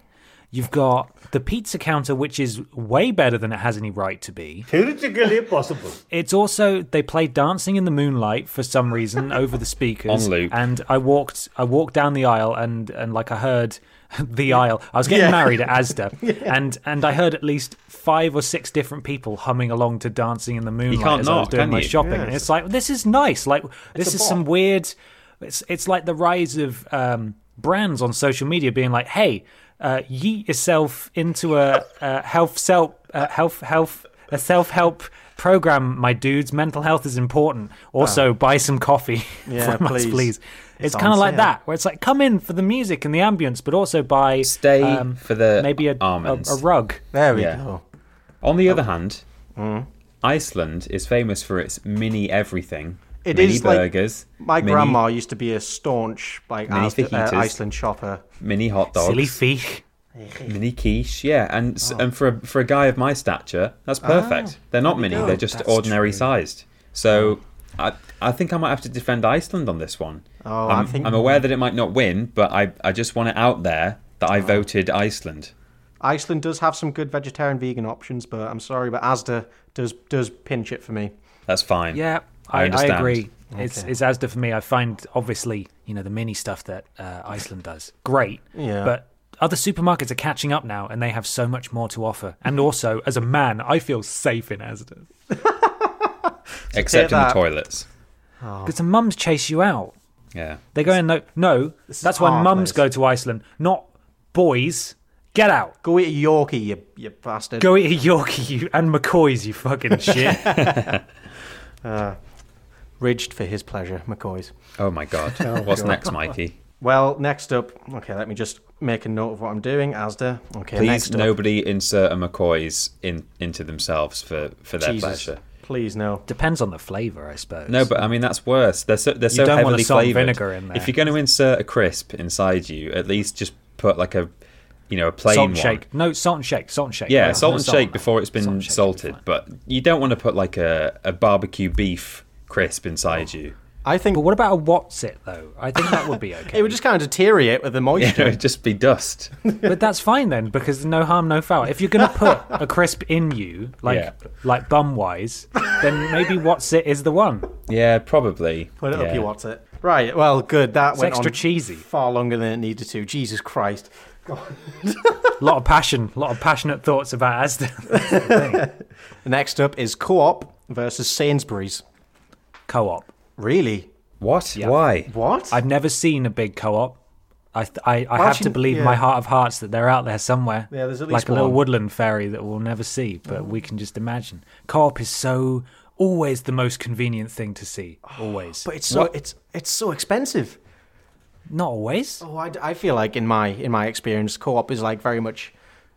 [SPEAKER 3] you've got the pizza counter, which is way better than it has any right to be.
[SPEAKER 5] Theoretically possible.
[SPEAKER 3] It's also they play Dancing in the Moonlight for some reason over the speakers.
[SPEAKER 2] On loop.
[SPEAKER 3] And I walked I walked down the aisle and and like I heard the aisle. I was getting married at Asda, and and I heard at least five or six different people humming along to Dancing in the Moonlight
[SPEAKER 2] can't
[SPEAKER 3] as I was
[SPEAKER 2] not,
[SPEAKER 3] doing
[SPEAKER 2] can
[SPEAKER 3] my
[SPEAKER 2] you?
[SPEAKER 3] shopping. And it's like this is nice. Like this is some weird. It's it's like the rise of um, brands on social media being like, hey. Uh, yeet yourself into a, a health self uh, health health a self help program, my dudes. Mental health is important. Also, buy some coffee
[SPEAKER 1] Yeah,
[SPEAKER 3] from us,
[SPEAKER 1] please.
[SPEAKER 3] please. It's,
[SPEAKER 1] It's
[SPEAKER 3] kind of
[SPEAKER 1] on
[SPEAKER 3] like
[SPEAKER 1] sale.
[SPEAKER 3] that, where it's like, come in for the music and the ambience, but also buy um,
[SPEAKER 2] Stay for the
[SPEAKER 3] maybe a, a,
[SPEAKER 2] almonds.
[SPEAKER 3] a rug.
[SPEAKER 1] There we
[SPEAKER 2] Yeah.
[SPEAKER 1] go.
[SPEAKER 2] On the other hand,
[SPEAKER 1] Mm.
[SPEAKER 2] Iceland is famous for its mini everything.
[SPEAKER 1] It
[SPEAKER 2] mini
[SPEAKER 1] is like-
[SPEAKER 2] burgers,
[SPEAKER 1] My
[SPEAKER 2] mini,
[SPEAKER 1] grandma used to be a staunch like
[SPEAKER 2] Mini
[SPEAKER 1] Asda- uh,
[SPEAKER 2] fajitas.
[SPEAKER 1] Iceland shopper.
[SPEAKER 2] mini hot dogs,
[SPEAKER 3] Silly fish.
[SPEAKER 2] mini quiche. Yeah, and s
[SPEAKER 1] Oh.
[SPEAKER 2] and for a, for a guy of my stature, that's perfect. they're not mini; they're just ordinary sized. So. I, I think I might have to defend Iceland on this one.
[SPEAKER 1] Oh, I
[SPEAKER 2] I'm,
[SPEAKER 1] think-
[SPEAKER 2] I'm aware that it might not win, but I, I just want it out there that
[SPEAKER 1] Oh.
[SPEAKER 2] I voted Iceland.
[SPEAKER 1] Iceland does have some good vegetarian vegan options, but I'm sorry, but Asda does does pinch it for me.
[SPEAKER 2] That's fine.
[SPEAKER 3] Yeah,
[SPEAKER 2] I
[SPEAKER 3] I, I,
[SPEAKER 2] understand.
[SPEAKER 3] agree. It's, it's Asda for me. I find obviously you know the mini stuff that uh, Iceland does great,
[SPEAKER 1] Yeah.
[SPEAKER 3] but other supermarkets are catching up now, and they have so much more to offer. And also, as a man, I feel safe in Asda
[SPEAKER 2] except in
[SPEAKER 1] Hear that?
[SPEAKER 2] the toilets. Ah.
[SPEAKER 3] because the mums chase you out.
[SPEAKER 2] Yeah.
[SPEAKER 3] They go in. No, no.
[SPEAKER 1] is
[SPEAKER 3] That's why
[SPEAKER 1] our place.
[SPEAKER 3] mums go to Iceland, not boys. Get out.
[SPEAKER 1] Go eat a Yorkie, you you bastard.
[SPEAKER 3] Go eat a Yorkie, you and McCoy's, you fucking shit.
[SPEAKER 1] Ridged for his pleasure, McCoy's.
[SPEAKER 2] Oh my god. What's next, Mikey?
[SPEAKER 1] Well, next up, okay, let me just make a note of what I'm doing, Asda. Okay,
[SPEAKER 2] Please,
[SPEAKER 1] next up-
[SPEAKER 2] nobody insert a McCoy's in into themselves for for their
[SPEAKER 1] Jesus,
[SPEAKER 2] pleasure.
[SPEAKER 1] please no.
[SPEAKER 3] Depends on the flavour, I suppose.
[SPEAKER 2] No, but I mean that's worse. They're so they're so
[SPEAKER 3] don't want
[SPEAKER 2] heavily
[SPEAKER 3] a salt and
[SPEAKER 2] flavored.
[SPEAKER 3] vinegar in there.
[SPEAKER 2] If you're going to insert a crisp inside you, at least just put like a, you know, a plain
[SPEAKER 3] salt
[SPEAKER 2] one.
[SPEAKER 3] and shake. No, salt and shake. Salt and shake.
[SPEAKER 2] Yeah,
[SPEAKER 3] No,
[SPEAKER 2] salt
[SPEAKER 3] no
[SPEAKER 2] and
[SPEAKER 3] on
[SPEAKER 2] shake
[SPEAKER 3] that.
[SPEAKER 2] before it's
[SPEAKER 3] Salt
[SPEAKER 2] been
[SPEAKER 3] and shake would be
[SPEAKER 2] salted.
[SPEAKER 3] fine.
[SPEAKER 2] But you don't want to put like a a barbecue beef crisp inside
[SPEAKER 3] Oh.
[SPEAKER 2] you.
[SPEAKER 1] I think
[SPEAKER 3] But what about a what's it though? I think that would be okay.
[SPEAKER 1] it would just kind of deteriorate with the
[SPEAKER 2] It
[SPEAKER 1] moisture.
[SPEAKER 2] would just be dust.
[SPEAKER 3] but that's fine then, because no harm, no foul. If you're gonna put a crisp in you, like
[SPEAKER 2] Yeah.
[SPEAKER 3] like bum wise, then maybe what's it is the one.
[SPEAKER 2] yeah, probably.
[SPEAKER 1] Put it
[SPEAKER 2] Yeah.
[SPEAKER 1] up, you want it. Right, well, good. That went
[SPEAKER 3] extra
[SPEAKER 1] on
[SPEAKER 3] cheesy.
[SPEAKER 1] far longer than it needed to. Jesus Christ.
[SPEAKER 3] A lot of passion, a lot of passionate thoughts about Asda
[SPEAKER 1] Next up is Co-op versus Sainsbury's.
[SPEAKER 3] co-op.
[SPEAKER 1] Really?
[SPEAKER 2] What? Why?
[SPEAKER 1] What?
[SPEAKER 3] I've never seen a big co-op. I th- I, I have to
[SPEAKER 1] actually,
[SPEAKER 3] believe in
[SPEAKER 1] yeah.
[SPEAKER 3] my heart of hearts that they're out there somewhere.
[SPEAKER 1] Yeah, there's at
[SPEAKER 3] like
[SPEAKER 1] least
[SPEAKER 3] a little
[SPEAKER 1] one. Oh.
[SPEAKER 3] woodland fairy that we'll never see, but we can just imagine. Co-op is so always the most convenient thing to see. Always,
[SPEAKER 1] but it's so it's it's so expensive.
[SPEAKER 3] not always.
[SPEAKER 1] Oh, I, I feel like in my in my experience, co-op is like very much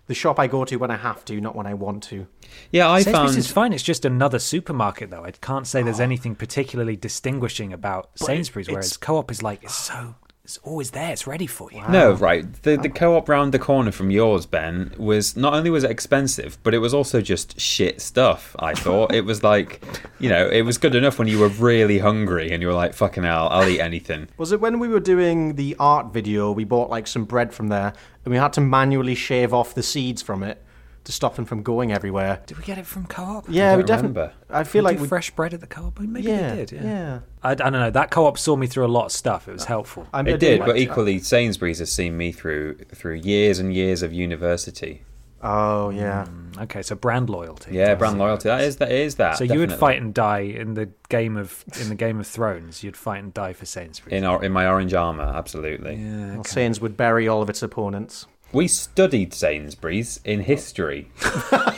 [SPEAKER 1] the shop I go to when I have to, not when I want to.
[SPEAKER 2] Yeah, I
[SPEAKER 3] Sainsbury's
[SPEAKER 2] found
[SPEAKER 3] is fine. It's just another supermarket, though. I can't say there's anything particularly distinguishing about Sainsbury's.
[SPEAKER 1] it's-
[SPEAKER 3] Whereas co-op is like it's so it's always there. It's ready for you.
[SPEAKER 2] No, right. The the co-op round the corner from yours, Ben, was not only was it expensive, but it was also just shit stuff. I thought it was like, you know, it was good enough when you were really hungry and you were like, "Fucking hell, I'll eat anything."
[SPEAKER 1] Was it when we were doing the art video? We bought like some bread from there, and we had to manually shave off the seeds from it to stop them from going everywhere.
[SPEAKER 3] Did we get it from co-op?
[SPEAKER 1] Yeah, we
[SPEAKER 2] don't
[SPEAKER 1] definitely.
[SPEAKER 2] remember.
[SPEAKER 1] I feel
[SPEAKER 3] we
[SPEAKER 1] like
[SPEAKER 3] did
[SPEAKER 1] we.
[SPEAKER 3] fresh bread at the co-op. Maybe
[SPEAKER 1] yeah,
[SPEAKER 3] we did. Yeah.
[SPEAKER 1] yeah.
[SPEAKER 3] I, I don't know. That co-op saw me through a lot of stuff. It was helpful.
[SPEAKER 1] I'm- I
[SPEAKER 2] It did, but
[SPEAKER 1] like-
[SPEAKER 2] equally, Sainsbury's has seen me through through years and years of university.
[SPEAKER 1] Oh yeah.
[SPEAKER 2] Mm,
[SPEAKER 3] okay, so brand loyalty.
[SPEAKER 2] Yeah, brand loyalty. That is that is that.
[SPEAKER 3] So you would
[SPEAKER 2] definitely.
[SPEAKER 3] fight and die in the game of in the Game of Thrones. You'd fight and die for Sainsbury's.
[SPEAKER 2] in our in my orange armor. Absolutely.
[SPEAKER 1] Well, Sains would bury all of its opponents.
[SPEAKER 2] We studied Sainsbury's in history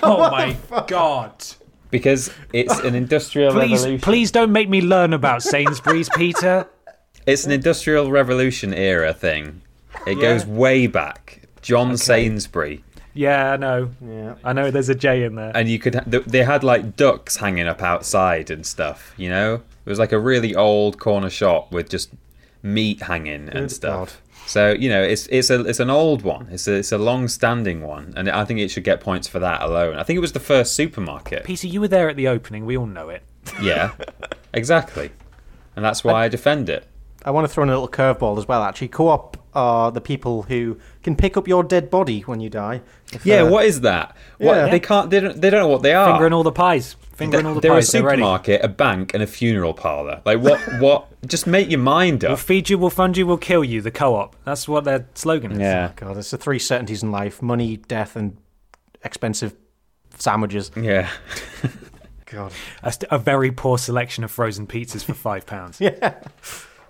[SPEAKER 3] oh my god!
[SPEAKER 2] because it's an industrial revolution.
[SPEAKER 3] Please, please don't make me learn about Sainsbury's, Peter.
[SPEAKER 2] It's an industrial revolution era thing. It goes way back. John Sainsbury.
[SPEAKER 3] Yeah, I know.
[SPEAKER 1] Yeah.
[SPEAKER 3] I know there's a J in there.
[SPEAKER 2] and you could ha- th- they had like ducks hanging up outside and stuff you know it was like a really old corner shop with just meat hanging and
[SPEAKER 1] Good
[SPEAKER 2] stuff so you know it's it's a it's an old one it's a, it's a long standing one and i think it should get points for that alone i think it was the first supermarket
[SPEAKER 3] Peter, you were there at the opening. We all know it.
[SPEAKER 2] yeah exactly and that's why i defend it
[SPEAKER 1] I want to throw in a little curveball as well. Actually, co-op are the people who can pick up your dead body when you die. If,
[SPEAKER 2] yeah
[SPEAKER 1] uh,
[SPEAKER 2] what is that what
[SPEAKER 1] Yeah.
[SPEAKER 2] they can't they don't, they don't know what they are
[SPEAKER 3] Finger in all the pies. Finger in all the
[SPEAKER 2] they're a
[SPEAKER 3] pies. They're ready.
[SPEAKER 2] supermarket, a bank, and a funeral parlor. Like what? What? Just make your mind
[SPEAKER 3] We'll
[SPEAKER 2] up.
[SPEAKER 3] feed you, we'll fund you, we'll kill you. The co-op. That's what their slogan is.
[SPEAKER 2] Yeah,
[SPEAKER 1] Oh, God, it's the three certainties in life: money, death, and expensive sandwiches.
[SPEAKER 2] yeah.
[SPEAKER 1] God.
[SPEAKER 3] A, st- a very poor selection of frozen pizzas for five pounds.
[SPEAKER 1] Yeah.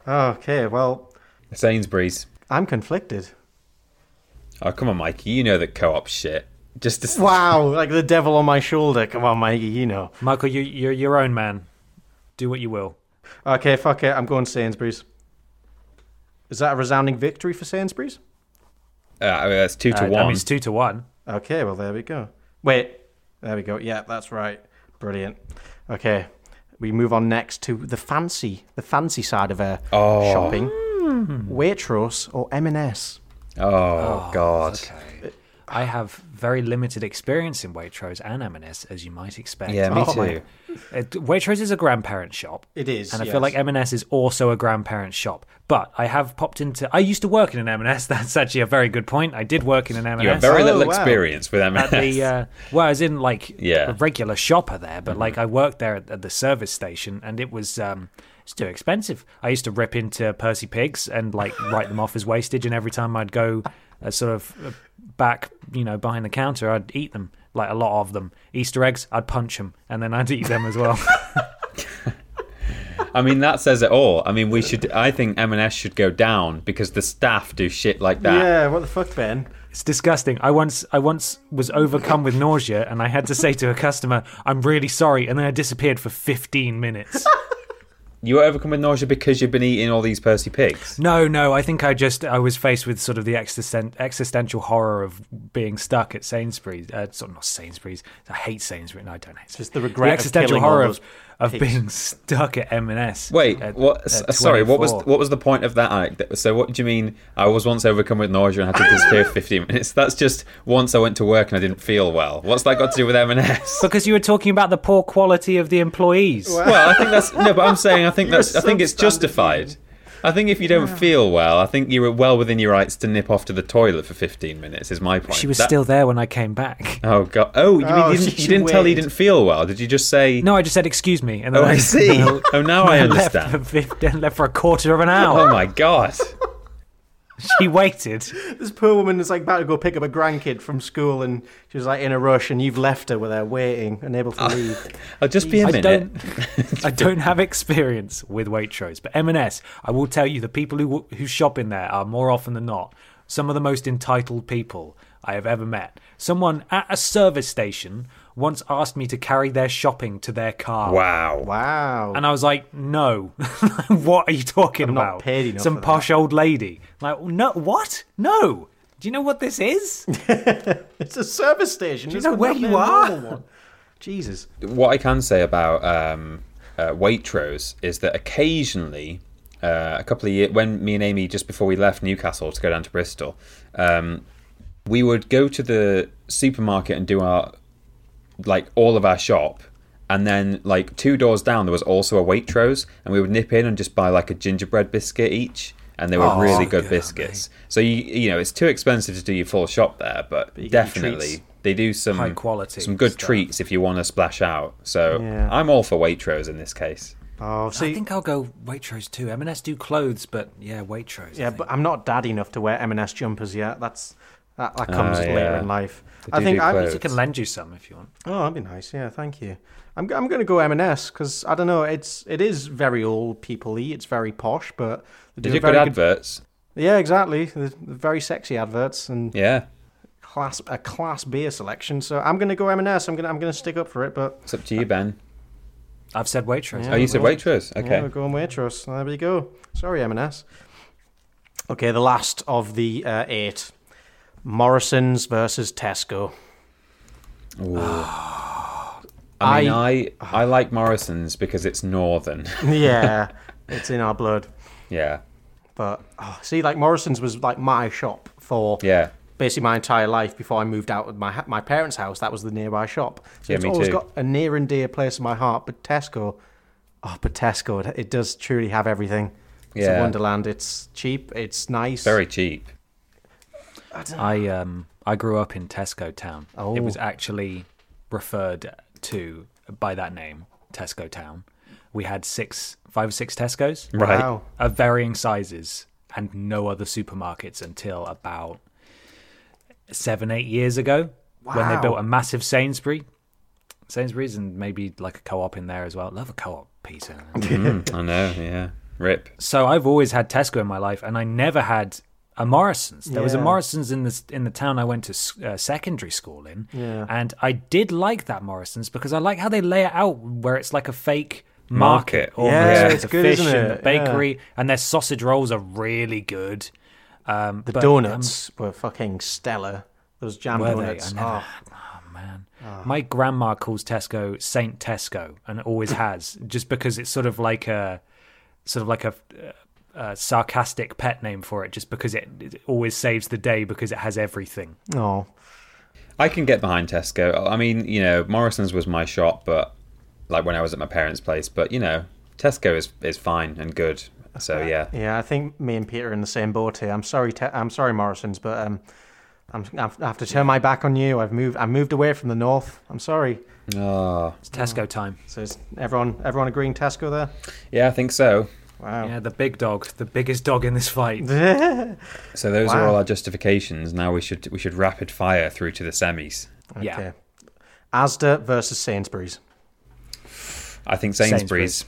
[SPEAKER 1] Okay. Well,
[SPEAKER 2] Sainsbury's.
[SPEAKER 1] I'm conflicted.
[SPEAKER 2] Oh, come on, Mikey. You know that co op shit. Just to...
[SPEAKER 1] Wow, like the devil on my shoulder. Come on, Mikey, you know.
[SPEAKER 3] Michael, you, you're your own man. Do what you will.
[SPEAKER 1] Okay, fuck it. I'm going Sainsbury's. Is that a resounding victory for Sainsbury's?
[SPEAKER 2] Uh, I mean, that's two to
[SPEAKER 3] Uh, I
[SPEAKER 2] one.
[SPEAKER 3] mean, it's two to one.
[SPEAKER 1] Okay, well there we go. Wait, there we go. Yeah, that's right. Brilliant. Okay, we move on next to the fancy, the fancy side of uh,
[SPEAKER 2] Oh.
[SPEAKER 1] shopping. Waitrose or M&S.
[SPEAKER 2] Oh, God.
[SPEAKER 3] I have very limited experience in Waitrose and M&S, as you might expect.
[SPEAKER 2] Yeah, me
[SPEAKER 1] Oh, my-
[SPEAKER 2] too.
[SPEAKER 3] Uh, Waitrose is a grandparent shop.
[SPEAKER 1] It is,
[SPEAKER 3] and I
[SPEAKER 1] yes.
[SPEAKER 3] feel like M&S is also a grandparent shop. But I have popped into. I used to work in an M&S. That's actually a very good point. I did work in an M&S.
[SPEAKER 2] You have very
[SPEAKER 1] Oh,
[SPEAKER 2] little
[SPEAKER 1] wow.
[SPEAKER 2] experience with
[SPEAKER 3] at
[SPEAKER 2] M&S.
[SPEAKER 3] the uh, well, I was in like
[SPEAKER 2] Yeah.
[SPEAKER 3] a regular shopper there, but like I worked there at, at the service station, and it was um, it's too expensive. I used to rip into Percy Pigs and like write them off as wastage, and every time I'd go uh, sort of uh, back, you know, behind the counter, I'd eat them like a lot of them. Easter eggs, I'd punch them, and then I'd eat them as well.
[SPEAKER 2] I mean, that says it all. I mean, we should. I think M&S should go down because the staff do shit like that.
[SPEAKER 1] Yeah, what the fuck, Ben?
[SPEAKER 3] It's disgusting. I once I once was overcome with nausea and I had to say to a customer, "I'm really sorry," and then I disappeared for 15 minutes.
[SPEAKER 2] You were overcome with nausea because you've been eating all these Percy pigs.
[SPEAKER 3] no, no, I think I just I was faced with sort of the existen- existential horror of being stuck at Sainsbury's. Uh, sort of not Sainsbury's. I hate Sainsbury's. No, I don't hate. Sainsbury's.
[SPEAKER 1] Just the regret of
[SPEAKER 3] existential
[SPEAKER 1] killing all
[SPEAKER 3] horror
[SPEAKER 1] those
[SPEAKER 3] of, of
[SPEAKER 1] pigs.
[SPEAKER 3] being stuck at M&S.
[SPEAKER 2] Wait,
[SPEAKER 3] at-
[SPEAKER 2] what?
[SPEAKER 3] at
[SPEAKER 2] s- sorry, what was
[SPEAKER 3] 24.
[SPEAKER 2] what was the point of that anecdote? So, what do you mean? I was once overcome with nausea and had to disappear for 15 minutes. That's just once I went to work and I didn't feel well. What's that got to do with M&S?
[SPEAKER 3] because you were talking about the poor quality of the employees.
[SPEAKER 2] well, I think that's no, but I'm saying I think that's I think it's
[SPEAKER 1] substandard
[SPEAKER 2] justified. I think if you don't feel well, I think you're well within your rights to nip off to the toilet for 15 minutes. Is my point.
[SPEAKER 3] She was
[SPEAKER 2] That-
[SPEAKER 3] still there when I came back.
[SPEAKER 2] Oh god. Oh, you,
[SPEAKER 1] Oh,
[SPEAKER 2] mean you
[SPEAKER 1] she-
[SPEAKER 2] didn't, you
[SPEAKER 1] she
[SPEAKER 2] didn't tell you
[SPEAKER 1] waited.
[SPEAKER 2] didn't feel well? Did you just say?
[SPEAKER 3] No, I just said excuse me, and then
[SPEAKER 2] Oh, I see. oh, now I
[SPEAKER 3] left, for
[SPEAKER 2] understand.
[SPEAKER 3] fif- left for a quarter of an hour.
[SPEAKER 2] Oh my god.
[SPEAKER 3] She waited.
[SPEAKER 1] This poor woman is like about to go pick up a grandkid from school and she was like in a rush and you've left her with her waiting, unable to leave.
[SPEAKER 2] I'll just be a
[SPEAKER 3] I
[SPEAKER 2] minute.
[SPEAKER 3] don't. I don't have experience with Waitrose, but M&S. I will tell you, the people who who shop in there are more often than not some of the most entitled people I have ever met. Someone at a service station once asked me to carry their shopping to their car.
[SPEAKER 2] Wow.
[SPEAKER 1] Wow.
[SPEAKER 3] And I was like, no. what are you talking
[SPEAKER 1] I'm not
[SPEAKER 3] about?
[SPEAKER 1] paid enough for
[SPEAKER 3] Some
[SPEAKER 1] that.
[SPEAKER 3] posh old lady. Like, no, what? No. Do you know what this is?
[SPEAKER 1] It's a service station. Do
[SPEAKER 3] you know where you are?
[SPEAKER 1] Jesus.
[SPEAKER 2] what I can say about um, uh, Waitrose is that occasionally, uh, a couple of years when me and Amy just before we left Newcastle to go down to Bristol, um, we would go to the supermarket and do our like all of our shop. And then, like two doors down, there was also a Waitrose, and we would nip in and just buy like a gingerbread biscuit each, and they were really good biscuits. So you you know it's too expensive to do your full shop there, but,
[SPEAKER 1] you get your treats.
[SPEAKER 2] definitely they do some
[SPEAKER 3] High quality
[SPEAKER 2] some good
[SPEAKER 3] stuff.
[SPEAKER 2] treats if you want to splash out. So
[SPEAKER 1] Yeah.
[SPEAKER 2] I'm all for Waitrose in this case.
[SPEAKER 1] Oh, see,
[SPEAKER 3] I think I'll go Waitrose too. M&S do clothes, but yeah, Waitrose. I
[SPEAKER 1] yeah,
[SPEAKER 3] think.
[SPEAKER 1] but I'm not dad enough to wear M&S jumpers yet. That's that, that comes
[SPEAKER 2] Ah,
[SPEAKER 1] later
[SPEAKER 2] yeah.
[SPEAKER 1] in life.
[SPEAKER 2] They
[SPEAKER 1] I
[SPEAKER 2] do
[SPEAKER 1] think
[SPEAKER 2] do
[SPEAKER 1] I
[SPEAKER 2] clothes.
[SPEAKER 3] I can lend you some if you want.
[SPEAKER 1] Oh, that'd be nice. Yeah, thank you. I'm I'm going to go M&S because I don't know. It's it is very old people y. It's very posh, but they
[SPEAKER 2] They
[SPEAKER 1] do
[SPEAKER 2] do
[SPEAKER 1] a
[SPEAKER 2] good
[SPEAKER 1] very
[SPEAKER 2] adverts.
[SPEAKER 1] Yeah, exactly. They're very sexy adverts and
[SPEAKER 2] Yeah,
[SPEAKER 1] class a class beer selection. So I'm going to go M&S. I'm going to I'm going to stick up for it. But
[SPEAKER 2] it's up to you, Ben.
[SPEAKER 3] I've said Waitrose.
[SPEAKER 2] oh, you said
[SPEAKER 1] well,
[SPEAKER 2] Waitrose.
[SPEAKER 1] Yeah,
[SPEAKER 2] Okay.
[SPEAKER 1] we're going Waitrose. There we go. Sorry, M&S. Okay, the last of the uh, eight. Morrison's versus Tesco.
[SPEAKER 2] I mean, I, I like Morrison's because it's northern.
[SPEAKER 1] Yeah, it's in our blood.
[SPEAKER 2] yeah,
[SPEAKER 1] But oh, see, like Morrison's was like my shop for
[SPEAKER 2] yeah.
[SPEAKER 1] basically my entire life before I moved out of my ha- my parents' house. That was the nearby shop. So
[SPEAKER 2] Yeah,
[SPEAKER 1] it's
[SPEAKER 2] me
[SPEAKER 1] always
[SPEAKER 2] too.
[SPEAKER 1] got a near and dear place in my heart. But Tesco, oh, but Tesco, it, it does truly have everything. It's a
[SPEAKER 2] Yeah.
[SPEAKER 1] wonderland. It's cheap. It's nice.
[SPEAKER 2] Very cheap.
[SPEAKER 3] I um I grew up in Tesco Town. It was actually referred to by that name, Tesco Town. We had six, five or six Tescos
[SPEAKER 2] Right.
[SPEAKER 1] Wow.
[SPEAKER 3] of varying sizes, and no other supermarkets until about seven, eight years ago when they
[SPEAKER 1] Wow.
[SPEAKER 3] built a massive Sainsbury. Sainsbury's and maybe like a co-op in there as well. Love a co-op pizza.
[SPEAKER 2] Mm, I know. Yeah. Rip.
[SPEAKER 3] So I've always had Tesco in my life, and I never had a Morrison's. There was a
[SPEAKER 1] Yeah.
[SPEAKER 3] Morrison's in the in the town I went to s- uh, secondary school in,
[SPEAKER 1] Yeah.
[SPEAKER 3] and I did like that Morrison's because I like how they lay it out, where it's like a fake market,
[SPEAKER 2] Market.
[SPEAKER 3] or
[SPEAKER 1] Yeah,
[SPEAKER 3] it's
[SPEAKER 1] it's
[SPEAKER 3] a
[SPEAKER 1] good,
[SPEAKER 3] fish
[SPEAKER 1] isn't
[SPEAKER 3] and
[SPEAKER 1] it?
[SPEAKER 3] the bakery, and their sausage rolls are really good. Um,
[SPEAKER 1] The
[SPEAKER 3] but, um,
[SPEAKER 1] donuts were fucking stellar. Those jam
[SPEAKER 3] Were they?
[SPEAKER 1] donuts.
[SPEAKER 3] I never
[SPEAKER 1] Oh,
[SPEAKER 3] man. My grandma calls Tesco Saint Tesco and always has, just because it's sort of like a sort of like a, uh sarcastic pet name for it, just because it, it always saves the day because it has everything.
[SPEAKER 1] oh.
[SPEAKER 2] I can get behind Tesco. I mean, you know, Morrison's was my shop, but like when I was at my parents' place. But you know, Tesco is is fine and good. So yeah,
[SPEAKER 1] Yeah, I think me and Peter are in the same boat here. I'm sorry, te- I'm sorry, Morrison's, but um, I'm, I have to turn my back on you. I've moved, I moved away from the north. I'm sorry.
[SPEAKER 2] oh,
[SPEAKER 3] It's Tesco time.
[SPEAKER 1] So is everyone, everyone agreeing Tesco there?
[SPEAKER 2] yeah, I think so.
[SPEAKER 1] Wow.
[SPEAKER 3] Yeah, the big dog, the biggest dog in this fight.
[SPEAKER 2] So those are
[SPEAKER 1] Wow.
[SPEAKER 2] all our justifications. Now we should we should rapid fire through to the semis.
[SPEAKER 3] Yeah,
[SPEAKER 1] Asda versus Sainsbury's.
[SPEAKER 2] I think Sainsbury's.
[SPEAKER 3] Sainsbury's.